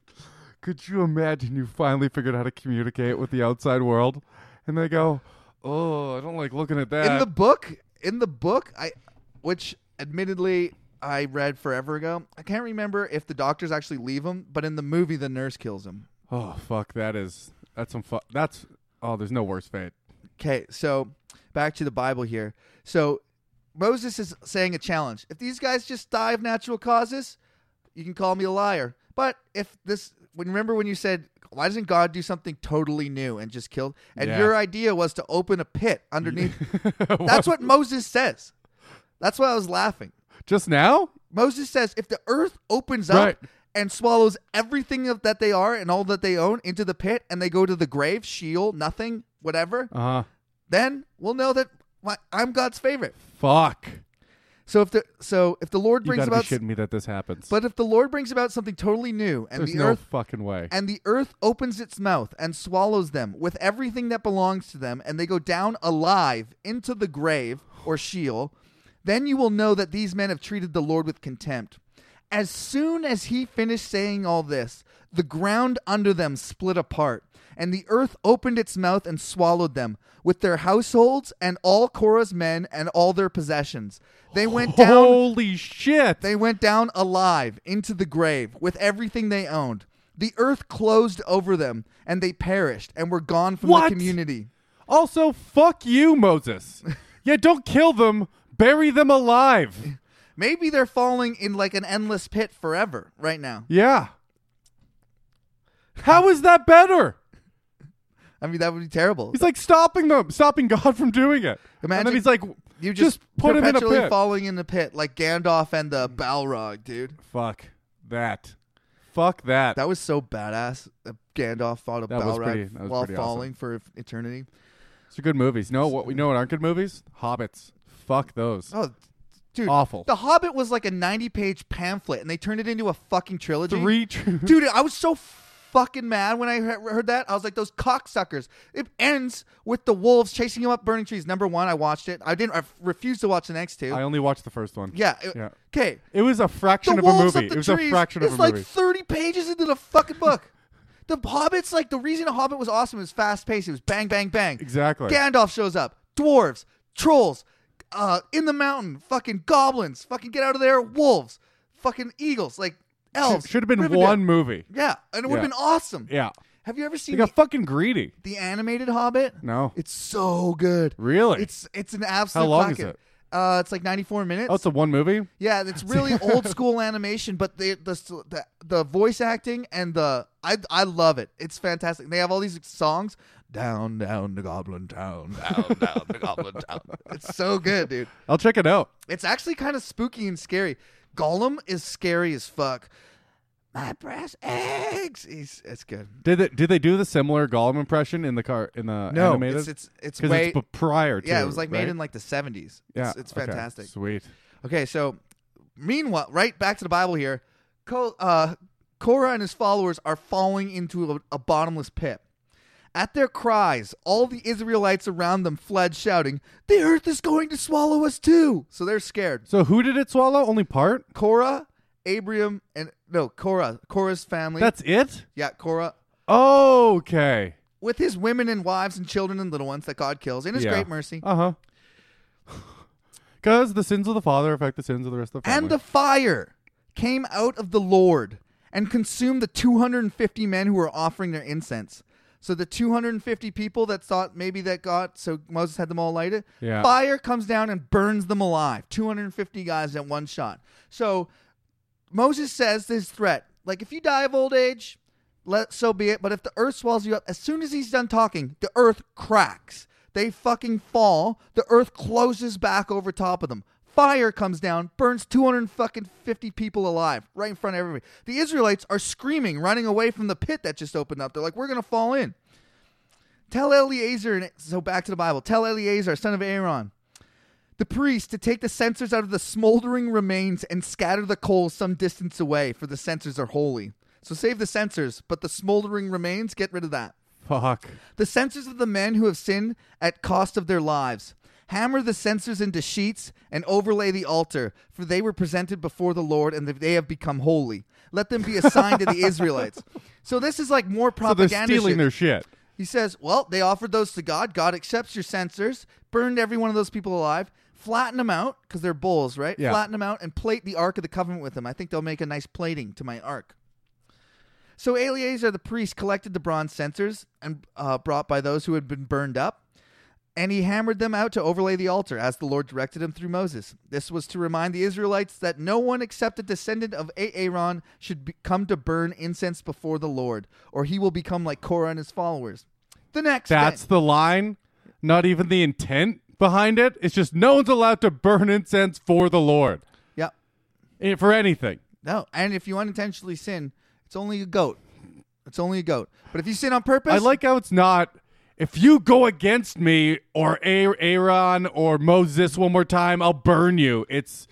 B: Could you imagine you finally figured out how to communicate with the outside world? And they go, Oh, I don't like looking at that.
A: in the book in the book i which admittedly i read forever ago i can't remember if the doctors actually leave him but in the movie the nurse kills him
B: oh, fuck. That is. That's some fu- That's. Oh, there's no worse fate. <laughs>
A: okay so back to the bible here so moses is saying a challenge if these guys just die of natural causes you can call me a liar but if this when remember when you said why doesn't god do something totally new and just kill and
B: Yeah.
A: your idea was to open a pit underneath
B: That's
A: that's what moses says that's why i was laughing
B: Just now?
A: Moses says if the earth opens
B: Right.
A: up and swallows everything of, that they are and all that they own into the pit and they go to the grave, Sheol, nothing, whatever,
B: Uh huh.
A: then we'll know that why- I'm God's favorite.
B: Fuck.
A: So if the so if the Lord
B: You
A: brings
B: gotta be
A: about
B: shitting me that this happens.
A: but if the Lord brings about something totally new and
B: there's
A: the
B: no
A: earth
B: fucking way.
A: and the earth opens its mouth and swallows them with everything that belongs to them, and they go down alive into the grave or Sheol, then you will know that these men have treated the Lord with contempt. As soon as he finished saying all this, the ground under them split apart, and the earth opened its mouth and swallowed them, with their households and all Korah's men and all their possessions. They went down
B: <laughs> Holy shit.
A: they went down alive into the grave with everything they owned. The earth closed over them, and they perished and were gone from the
B: What?
A: community.
B: Also, fuck you, Moses.
A: <laughs>
B: yeah, don't kill them. Bury them alive.
A: Maybe they're falling in like an endless pit forever right now.
B: Yeah. How is that better?
A: I mean, that would be terrible.
B: He's like stopping them, stopping God from doing it. and
A: Imagine
B: then he's like,
A: You
B: just,
A: just,
B: put him in a
A: perpetually
B: pit.
A: falling in the pit like Gandalf and the Balrog, dude.
B: Fuck that. Fuck that.
A: That was so badass. that Gandalf fought a
B: That was
A: Balrog
B: pretty- that was
A: while
B: pretty awesome.
A: falling for eternity.
B: Those are good movies. No, what we know what aren't good movies? Hobbits. Fuck those.
A: Oh, dude,
B: Awful.
A: The Hobbit was like a ninety-page pamphlet, and they turned it into a fucking trilogy.
B: Three true.
A: dude i was so fucking mad when i he- heard that i was like those cocksuckers it ends with the wolves chasing him up burning trees number one i watched it i didn't i refused to watch the next two
B: I only watched the first one.
A: yeah
B: Yeah.
A: okay
B: It was a fraction
A: the
B: of a
A: wolves
B: movie.
A: up the
B: it was
A: trees
B: a fraction
A: it's
B: of a
A: like <laughs>
B: movie.
A: 30 pages into the fucking book the hobbits like the reason the hobbit was awesome is fast paced it was bang bang bang
B: Exactly.
A: gandalf shows up dwarves trolls uh in the mountain fucking goblins fucking get out of there wolves fucking eagles like elves
B: Should have been
A: Rivendell.
B: one movie.
A: yeah, and it would have
B: Yeah.
A: been awesome.
B: Yeah.
A: Have you ever
B: They
A: seen
B: got
A: the,
B: fucking greedy.
A: the animated Hobbit?
B: No.
A: It's so good.
B: Really?
A: It's it's an absolute.
B: How long is
A: classic.
B: it?
A: Uh, it's like 94 minutes.
B: Oh, it's a one movie?
A: yeah, it's
B: <laughs>
A: really old school animation, but the, the the the voice acting and the I I love it. It's fantastic. They have all these songs. Down, down to Goblin Town.
B: <laughs>
A: Down, down to Goblin Town. It's so good, dude.
B: I'll check it out.
A: It's actually kind of spooky and scary. Gollum is scary as fuck. My brass eggs. He's, it's good.
B: Did they, did they do the similar Gollum impression in the car in the animated?
A: it's it's it's
B: 'Cause
A: way
B: it's b- prior to
A: yeah. It was like
B: right?
A: made in like the seventies.
B: yeah,
A: it's, it's
B: okay,
A: fantastic.
B: Sweet.
A: Okay, so meanwhile, right back to the Bible here. Co- uh, Korah and his followers are falling into a, a bottomless pit. At their cries, all the Israelites around them fled, shouting, "The earth is going to swallow us too!" So they're scared.
B: So who did it swallow? Only part?
A: Korah, Abram, and no Korah, Korah's family.
B: That's it?
A: yeah, Korah.
B: Okay.
A: with his women and wives and children and little ones that God kills in his
B: Yeah.
A: great mercy.
B: Uh <laughs> huh. Because the sins of the father affect the sins of the rest of the family.
A: And the fire came out of the Lord and consumed the 250 men who were offering their incense. So the 250 people that thought maybe that God, so Moses had them all lighted.
B: Yeah.
A: Fire comes down and burns them alive. 250 guys at one shot. So Moses says this threat, like if you die of old age, let so be it. But if the earth swallows you up, as soon as he's done talking, the earth cracks. They fucking fall. The earth closes back over top of them. Fire comes down, burns 250 people alive right in front of everybody. The Israelites are screaming, running away from the pit that just opened up. They're like, we're going to fall in. Tell Eleazar, and so back to the Bible, tell Eleazar, son of Aaron, the priest to take the censers out of the smoldering remains and scatter the coals some distance away, for the censers are holy. So save the censers, but the smoldering remains, get rid of that.
B: Fuck.
A: The censers of the men who have sinned at cost of their lives. Hammer the censers into sheets and overlay the altar, for they were presented before the Lord and they have become holy. Let them be a sign to
B: <laughs>
A: the Israelites. So this is like more
B: So they're
A: propaganda.
B: stealing
A: shit.
B: their shit.
A: He says, Well, they offered those to God. God accepts your censers, burned every one of those people alive, flatten them out, because they're bulls, right?
B: Yeah.
A: Flatten them out and plate the Ark of the Covenant with them. I think they'll make a nice plating to my Ark. So Eleazar the priest collected the bronze censers and uh, brought by those who had been burned up, and he hammered them out to overlay the altar as the Lord directed him through Moses. This was to remind the Israelites that no one except a descendant of Aaron should be- come to burn incense before the Lord, or he will become like Korah and his followers. The next
B: That's
A: thing,
B: the line. Not even the intent behind it. It's just no one's allowed to burn incense for the Lord
A: yeah,
B: Eh, for anything.
A: no, and if you unintentionally sin, it's only a goat. It's only a goat. But if you sin on purpose,
B: I like how it's not. If you go against me or A- Aaron or Moses one more time, I'll burn you. It's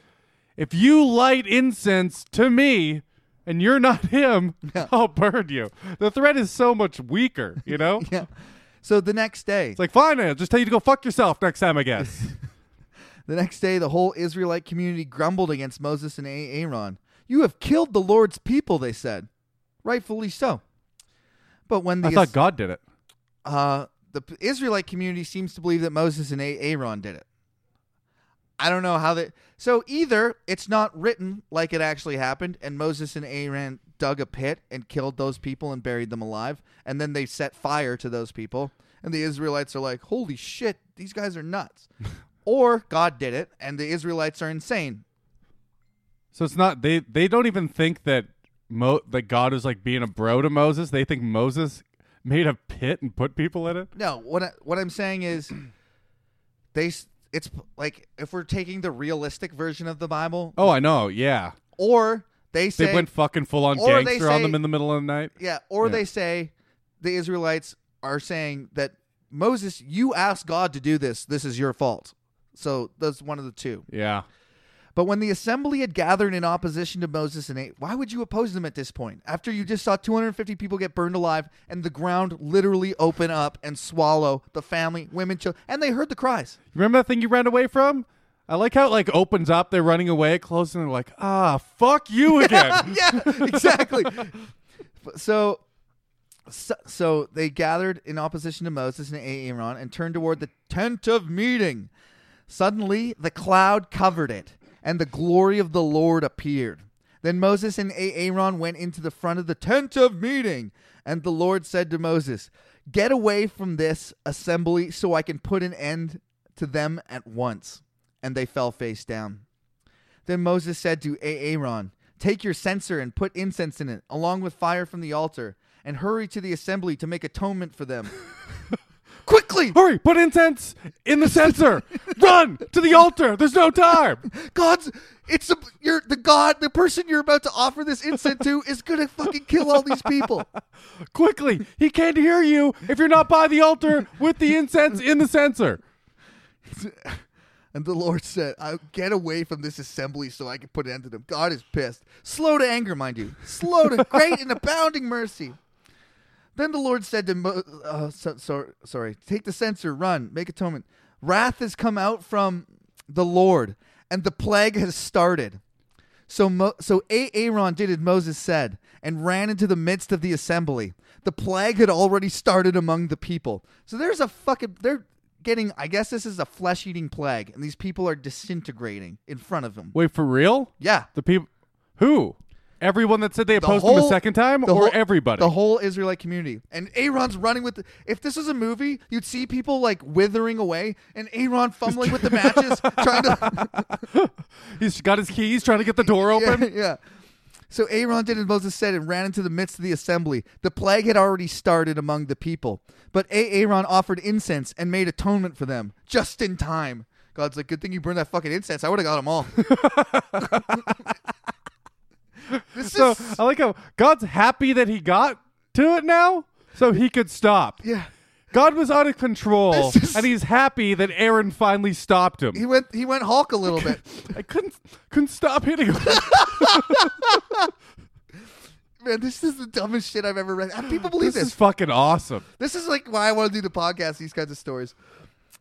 B: if you light incense to me and you're not <laughs> him, I'll burn you. The threat is so much weaker, you know?
A: Yeah. So the next day,
B: It's like, fine, I'll just tell you to go fuck yourself next time, I guess.
A: The next day, the whole Israelite community grumbled against Moses and A- Aaron. You have killed the Lord's people, they said. Rightfully so. But when the,
B: I thought God did it.
A: uh, the p- Israelite community seems to believe that Moses and A- Aaron did it. I don't know how that. So either it's not written like it actually happened, and Moses and Aaron dug a pit and killed those people and buried them alive, and then they set fire to those people, and the Israelites are like, "Holy shit, these guys are nuts," or God did it, and the Israelites are insane.
B: So it's not they they don't even think that Mo that God is like being a bro to Moses. They think Moses made a pit and put people in it.
A: No, what I, what I'm saying is, <clears throat> they s- it's p- like if we're taking the realistic version of the Bible,
B: Oh, I know. Yeah.
A: or they say
B: They went fucking full on
A: Or they
B: gangster on
A: say-
B: them in the middle of the night.
A: Yeah, or
B: Yeah.
A: they say the Israelites are saying that Moses, you asked God to do this. This is your fault. So that's one of the two.
B: Yeah.
A: But when the assembly had gathered in opposition to Moses and eight, why would you oppose them at this point? After you just saw 250 people get burned alive and the ground literally open up and swallow the family, women, children, and they heard the cries. <laughs>
B: Remember that thing you ran away from? I like how it like opens up, they're running away, close, and they're like, ah, fuck
A: <laughs>
B: you again.
A: yeah, exactly. so, so, so they gathered in opposition to Moses and Aaron and turned toward the tent of meeting. Suddenly, the cloud covered it, and the glory of the Lord appeared. Then Moses and Aaron went into the front of the tent of meeting, and the Lord said to Moses, "Get away from this assembly, so I can put an end to them at once." And they fell face down. Then Moses said to Aaron, Take your censer and put incense in it, along with fire from the altar, and hurry to the assembly to make atonement for them. Quickly!
B: Hurry, put incense in the
A: <laughs>
B: censer. Run to the altar. There's no time.
A: God's it's a, you're the God, the person you're about to offer this incense to is gonna fucking kill all these people.
B: Quickly. He can't hear you if you're not by the altar with the incense in the censer.
A: And the Lord said, I get away from this assembly so I can put an end to them. God is pissed. Slow to anger, mind you. Slow to great and abounding mercy. Then the Lord said to Mo- uh, so, so, sorry, take the censer, run, make atonement. Wrath has come out from the Lord, and the plague has started. So Mo- so Aaron did as Moses said and ran into the midst of the assembly. The plague had already started among the people. So there's a fucking they're getting I guess this is a flesh-eating plague and these people are disintegrating in front of them.
B: Wait, for real?
A: Yeah.
B: The people who? Everyone that said they
A: The
B: opposed him a
A: whole-
B: second time,
A: the
B: or
A: whole-
B: everybody?
A: the whole Israelite community. And Aaron's running with. The, if this was a movie, you'd see people like withering away, and Aaron fumbling
B: <laughs>
A: with the matches, trying to.
B: He's got his keys, trying to get the door
A: Yeah, <laughs>
B: open.
A: yeah. So Aaron did as Moses said and ran into the midst of the assembly. The plague had already started among the people, but Aaron offered incense and made atonement for them just in time. God's like, good thing you burned that fucking incense. I would have got them
B: <laughs>
A: all. <laughs> this
B: So
A: is
B: I like how God's happy that he got to it now, so he could stop.
A: yeah.
B: God was out of control,
A: This is-
B: and he's happy that Aaron finally stopped him.
A: He went. He went Hulk a little bit.
B: I couldn't couldn't stop hitting him.
A: Man, this is the dumbest shit I've ever read. How do
B: <sighs>
A: People believe
B: this
A: this.
B: is fucking awesome.
A: This is like why I want to do the podcast, these kinds of stories.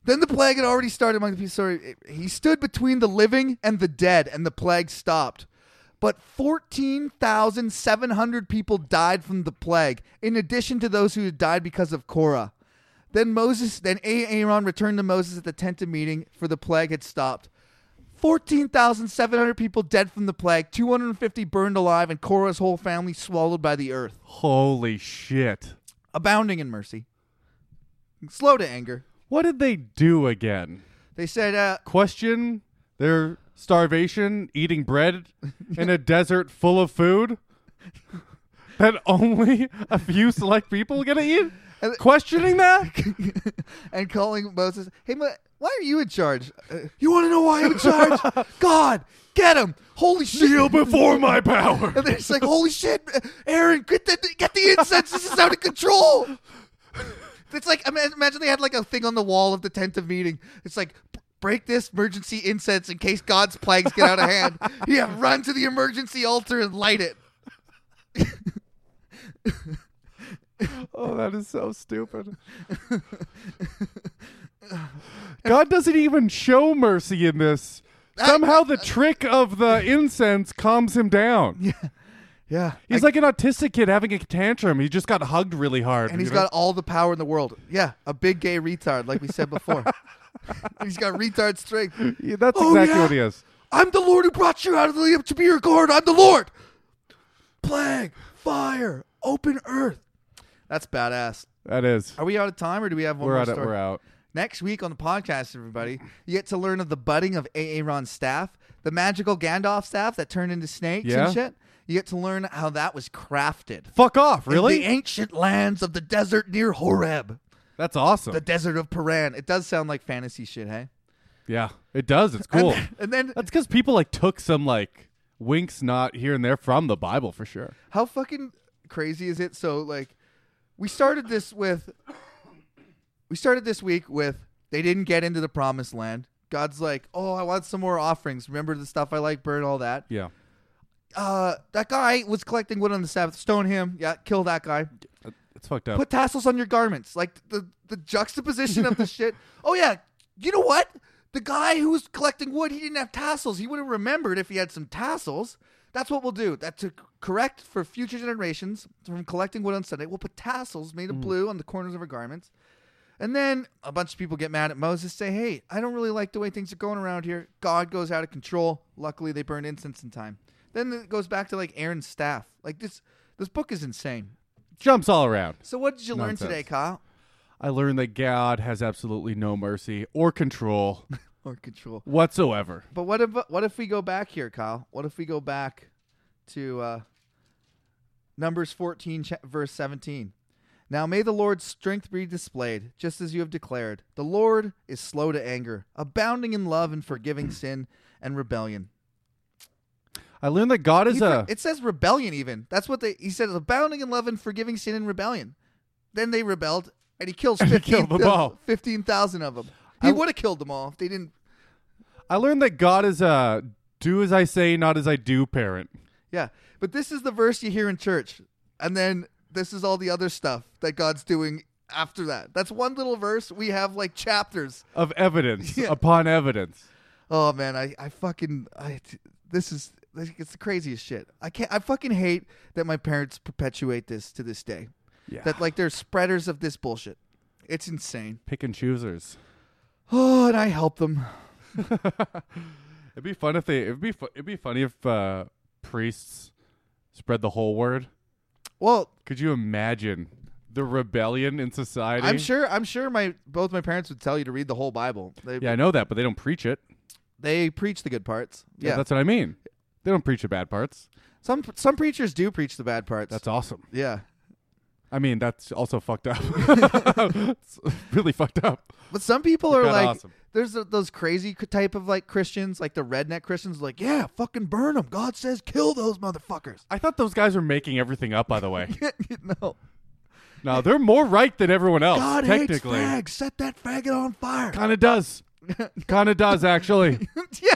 A: Then the plague had already started among the people. Sorry, he stood between the living and the dead, and the plague stopped. But 14,700 people died from the plague, in addition to those who had died because of Korah. Then Moses, then Aaron returned to Moses at the tent of meeting, for the plague had stopped. 14,700 people dead from the plague, 250 burned alive, and Korah's whole family swallowed by the earth
B: Holy shit!
A: abounding in mercy, slow to anger.
B: What did they do again?
A: They said, uh, <laughs>
B: Question their starvation, eating bread in
A: <laughs>
B: a desert full of food that only a few select people gonna eat.
A: And- <laughs>
B: Questioning that?
A: and calling Moses, hey, Mo- why are you in charge? Uh, you want to know why I'm in charge? God, get him! Holy shit! <laughs>
B: before my <laughs> power.
A: and they're just like, holy shit, Aaron, get the get the incense. This is out of control. <laughs> It's like ima- imagine they had like a thing on the wall of the tent of meeting. It's like. Break this emergency incense in case God's plagues get out of hand. yeah, run to the emergency altar and light it.
B: Oh, that is
A: <laughs>
B: so stupid. God doesn't even show mercy in this. Somehow
A: <laughs>
B: the trick of the incense calms him down.
A: Yeah,
B: He's like an autistic kid having a tantrum. He just got hugged really hard.
A: And
B: you
A: he's
B: know?
A: got all the power in the world. Yeah, a big gay retard, like we said before. <laughs> he's got retard strength.
B: Yeah, that's
A: Oh,
B: exactly
A: yeah?
B: what he is.
A: I'm the Lord who brought you out of the to be your guard. I'm the Lord. Plague, fire, open earth. That's badass.
B: That is.
A: Are we out of time, or do we have one
B: We're
A: more
B: out.
A: story?
B: We're out.
A: Next week on the podcast, everybody, you get to learn of the budding of Aaron's staff, the magical Gandalf staff that turned into snakes
B: Yeah.
A: and shit. You get to learn how that was crafted.
B: Fuck off!
A: in
B: Really?
A: the ancient lands of the desert near Horeb.
B: that's awesome.
A: The desert of Paran. It does sound like fantasy shit, hey?
B: yeah, it does. It's cool.
A: <laughs> And then
B: that's because people like took some like winks, not here and there, from the Bible for sure.
A: how fucking crazy is it? So like we started this with we started this week with they didn't get into the promised land. God's like, "Oh, I want some more offerings. Remember the stuff I like, burn all that."
B: Yeah,
A: Uh that guy was collecting wood on the Sabbath. Stone him. Yeah, kill that guy.
B: it's fucked up.
A: Put tassels on your garments. Like the the juxtaposition of the shit. Oh yeah, you know what? The guy who was collecting wood, he didn't have tassels. He would have remembered if he had some tassels. That's what we'll do. That to correct for future generations from collecting wood on Sunday, we'll put tassels made of blue on the corners of our garments. And then a bunch of people get mad at Moses, say, "Hey, I don't really like the way things are going around here. God goes out of control. Luckily, they burned incense in time." Then it goes back to like Aaron's staff. Like this, this book is insane.
B: Jumps all around.
A: So what did you
B: Nonsense.
A: learn today, Kyle?
B: I learned that God has absolutely no mercy or control
A: Or control.
B: whatsoever.
A: But what if what if we go back here, Kyle? What if we go back to uh, Numbers fourteen, cha- verse seventeen? Now may the Lord's strength be displayed, just as you have declared. The Lord is slow to anger, abounding in love and
B: <clears throat>
A: forgiving sin and rebellion.
B: I learned that God
A: He
B: is
A: for-
B: a
A: it says rebellion. Even that's what they. He said abounding in love and forgiving sin and rebellion. Then they rebelled, and he
B: <laughs>
A: kills
B: he
A: 15,
B: killed them all.
A: fifteen thousand of them. He
B: I-
A: would have killed them all if they didn't.
B: I learned that God is a do as I say, not as I do parent.
A: Yeah. But this is the verse you hear in church. And then this is all the other stuff that God's doing after that. That's one little verse. We have like chapters.
B: Of evidence
A: Yeah.
B: upon evidence.
A: Oh man, I, I fucking I this is Like, It's the craziest shit. I can't. I fucking hate that my parents perpetuate this to this day.
B: Yeah.
A: That like they're spreaders of this bullshit. It's insane. <sighs>
B: Pick and choosers.
A: Oh, and I help them.
B: It'd be fun if they. It'd be. Fu- it'd be funny if uh, priests spread the whole word.
A: Well,
B: Could you imagine the rebellion in society?
A: I'm sure. I'm sure my both my parents would tell you to read the whole Bible. They
B: Yeah, I know that, but they don't preach it.
A: they preach the good parts. Yeah,
B: that's what I mean. They don't preach the bad parts.
A: some some preachers do preach the bad parts.
B: That's awesome.
A: yeah.
B: I mean, that's also fucked <laughs> up. it's really fucked up.
A: But some people are
B: God,
A: like,
B: awesome.
A: there's th- those crazy c- type of like Christians, like the redneck Christians, like, yeah, fucking burn them. God says kill those motherfuckers. <laughs>
B: I thought those guys were making everything up. By the way,
A: no,
B: <laughs> no, they're more right than everyone else.
A: God hates
B: Oh, technically,
A: fags. Set that faggot on fire.
B: kind of <laughs> does. kind of does actually.
A: <laughs> yeah,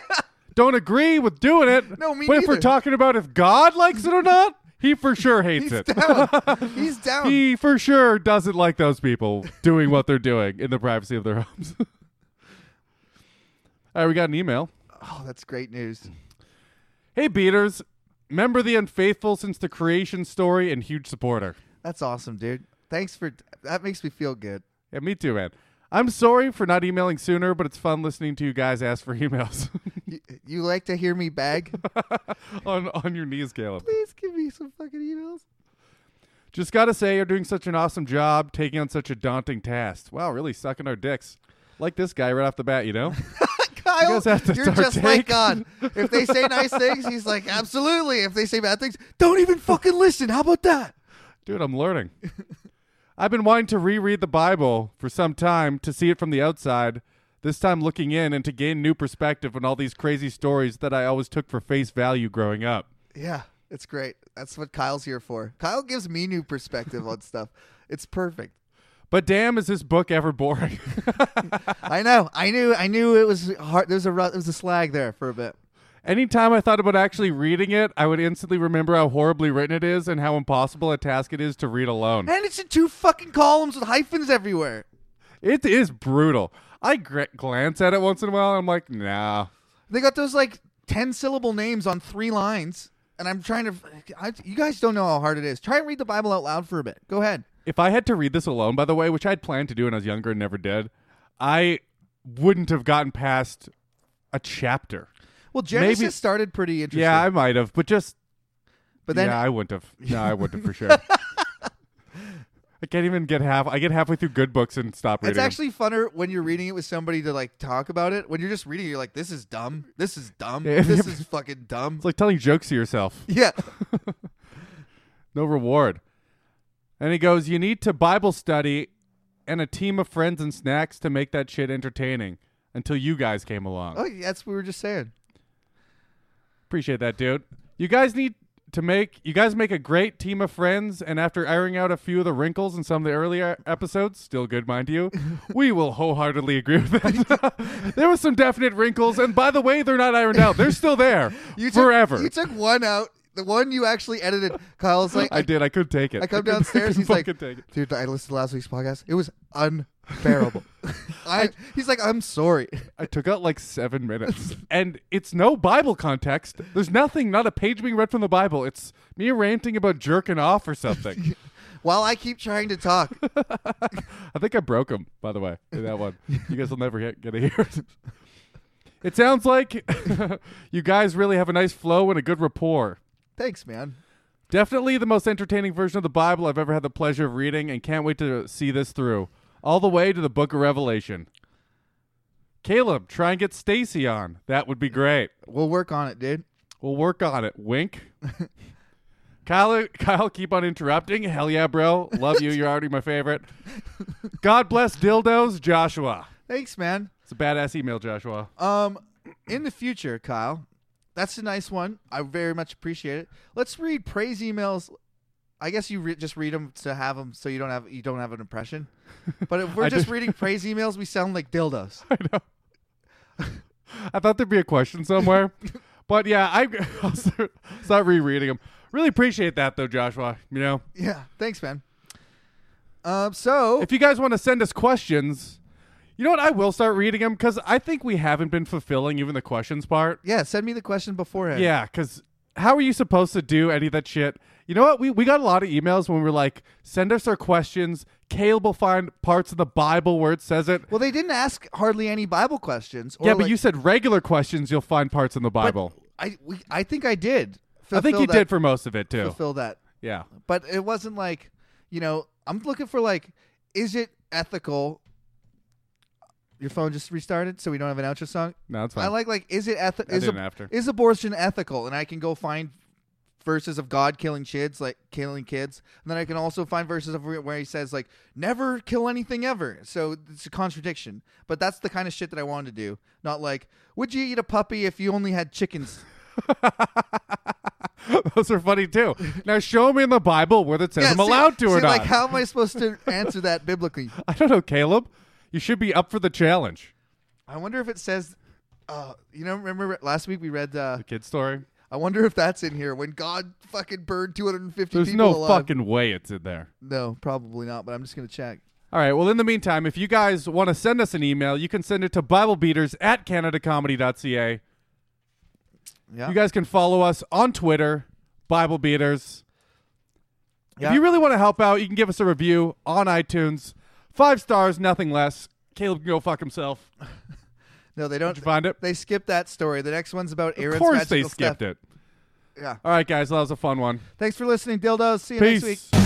B: Don't agree with doing it.
A: No, me
B: But if we're
A: neither.
B: talking about if God likes it or not, <laughs> he for sure hates
A: he's
B: it. <laughs>
A: down. he's down.
B: he for sure doesn't like those people doing what they're doing in the privacy of their homes. <laughs> All right, we got an email.
A: oh, that's great news.
B: Hey, beaters. Member of the unfaithful since the creation story and huge supporter.
A: That's awesome, dude. Thanks for that. Makes me feel good.
B: Yeah, me too, man. I'm sorry for not emailing sooner, but it's fun listening to you guys ask for <laughs> emails
A: You, you like to hear me bag?
B: <laughs> on on your knees, Caleb.
A: Please give me some fucking emails.
B: Just gotta say, you're doing such an awesome job taking on such a daunting task. Wow, really sucking our dicks. Like this guy right off the bat, you know.
A: Kyle,
B: guys have to
A: you're
B: start
A: just like
B: taking-
A: God. If they say
B: <laughs>
A: nice things, he's like, absolutely. If they say bad things, don't even fucking listen. How about that?
B: Dude, I'm learning. I've been wanting to reread the Bible for some time to see it from the outside, this time looking in and to gain new perspective on all these crazy stories that I always took for face value growing up.
A: Yeah, it's great. That's what Kyle's here for. Kyle gives me new perspective on stuff. It's perfect.
B: But damn, is this book ever boring? <laughs>
A: I know. I knew. I knew it was hard. There was a ru- there was a slag there for a bit.
B: Anytime I thought about actually reading it, I would instantly remember how horribly written it is and how impossible a task it is to read alone.
A: And it's in two fucking columns with hyphens everywhere.
B: It is brutal. I gr- glance at it once in a while and I'm like, nah.
A: They got those like ten syllable names on three lines. And I'm trying to. I, you guys don't know how hard it is. Try and read the Bible out loud for a bit. Go ahead.
B: If I had to read this alone, by the way, which I'd planned to do when I was younger and never did, I wouldn't have gotten past a chapter.
A: Well,
B: Maybe-
A: Genesis started pretty interesting.
B: Yeah, I might have, but just
A: but then
B: yeah, I
A: <laughs>
B: wouldn't have. No, I wouldn't have for sure. I can't even get half. I get halfway through good books and stop reading.
A: it's
B: them.
A: actually funner when you're reading it with somebody to like talk about it. When you're just reading, it, you're like, "This is dumb. This is dumb.
B: Yeah.
A: This is fucking dumb."
B: it's like telling jokes to yourself.
A: <laughs> Yeah,
B: No reward. And he goes, "You need to Bible study and a team of friends and snacks to make that shit entertaining." Until you guys came along.
A: oh, yeah, that's what we were just saying.
B: Appreciate that, dude. You guys need to make you guys make a great team of friends, and after ironing out a few of the wrinkles in some of the earlier episodes, still good,
A: <laughs>
B: mind you, we will wholeheartedly agree with that. <laughs> there were some definite wrinkles, and by the way, they're not ironed out; they're still there
A: <laughs> You took,
B: forever.
A: You took one out. The one you actually edited. Kyle's like,
B: I did. I could take it.
A: I come
B: couldn't-
A: downstairs.
B: <laughs> couldn't
A: He's like,
B: fucking take it.
A: "Dude, I listened to last week's podcast. It was
B: <laughs>
A: unbearable." <laughs> I, he's like, "I'm sorry." <laughs>
B: I took out like seven minutes, and it's no Bible context. There's nothing, not a page being read from the Bible. It's me ranting about jerking off or something.
A: While I keep trying to
B: <laughs>
A: talk,
B: I think I broke him, by the way, in that one. you guys will never get, get to hear <laughs> it. It sounds like <laughs> you guys really have a nice flow and a good rapport.
A: thanks, man.
B: Definitely the most entertaining version of the Bible I've ever had the pleasure of reading, and can't wait to see this through. All the way to the book of Revelation. Caleb, try and get Stacy on. That would be great.
A: We'll work on it, dude.
B: We'll work on it. Wink. Kyle, Kyle, keep on interrupting. Hell yeah, bro. Love you. You're already my favorite. God bless dildos, Joshua.
A: Thanks, man.
B: It's a badass email, Joshua.
A: Um, in the future, Kyle, that's a nice one. I very much appreciate it. Let's read praise emails. I guess you re- just read them to have them, so you don't have you don't have an
B: <laughs>
A: impression. But if we're
B: I
A: just
B: did-
A: reading
B: <laughs>
A: praise emails, we sound like dildos.
B: I know. I thought there'd be a question somewhere, but yeah, I, <laughs> I'll start, start rereading them. Really appreciate that though, Joshua. You know,
A: Yeah, thanks, man. Um, so
B: if you guys want to send us questions, You know what? I will start reading them because I think we haven't been fulfilling even the questions part.
A: Yeah, send me the question beforehand.
B: Yeah, because how are you supposed to do any of that shit? You know what? We, we got a lot of emails when we were like, send us our questions. Caleb will find parts of the Bible where it says it.
A: Well, they didn't ask hardly any Bible questions. Or
B: yeah, but
A: like-
B: you said regular questions, you'll find parts in the
A: but
B: Bible.
A: I we, I think I did.
B: I think
A: fulfill
B: you
A: that-
B: did for most of it, too.
A: fulfill that,
B: yeah.
A: but it wasn't like you know. I'm looking for like, is it ethical? Your phone just restarted, so we don't have an outro song.
B: No, it's
A: I
B: fine.
A: like like is it eth-
B: I
A: is
B: did
A: ab-
B: it after.
A: is abortion ethical? And I can go find verses of God killing kids, like killing kids, and then I can also find verses of where where he says like never kill anything ever. So it's a contradiction. But that's the kind of shit that I wanted to do. Not like would you eat a puppy if you only had
B: <laughs>
A: chickens?
B: <laughs> Those are
A: <laughs>
B: funny, too. Now, show me in the Bible whether it says
A: Yeah,
B: I'm
A: see-
B: allowed to or
A: see,
B: not.
A: Like how am I supposed to answer that biblically?
B: <laughs> I don't know, Caleb. You should be up for the challenge.
A: I wonder if it says. Uh, you know, remember last week we read. Uh,
B: The kid story.
A: I wonder if that's in here when God fucking burned 250
B: There's
A: people uh,
B: no
A: alive.
B: fucking way it's in there.
A: No, probably not. But I'm just gonna check.
B: All right. Well, in the meantime, if you guys want to send us an email, you can send it to BibleBeaters at CanadaComedy.ca.
A: Yeah.
B: You guys can follow us on Twitter, Bible Beaters.
A: Yeah.
B: If you really want to help out, you can give us a review on iTunes. Five stars, nothing less. Caleb can go fuck himself.
A: No, they don't.
B: Did you find it?
A: They skipped that story. The next one's about Aaron's
B: of course they
A: magical
B: skipped it.
A: stuff. Yeah.
B: All right, guys. That was a fun one.
A: Thanks for listening, dildos. See you
B: Peace.
A: next week.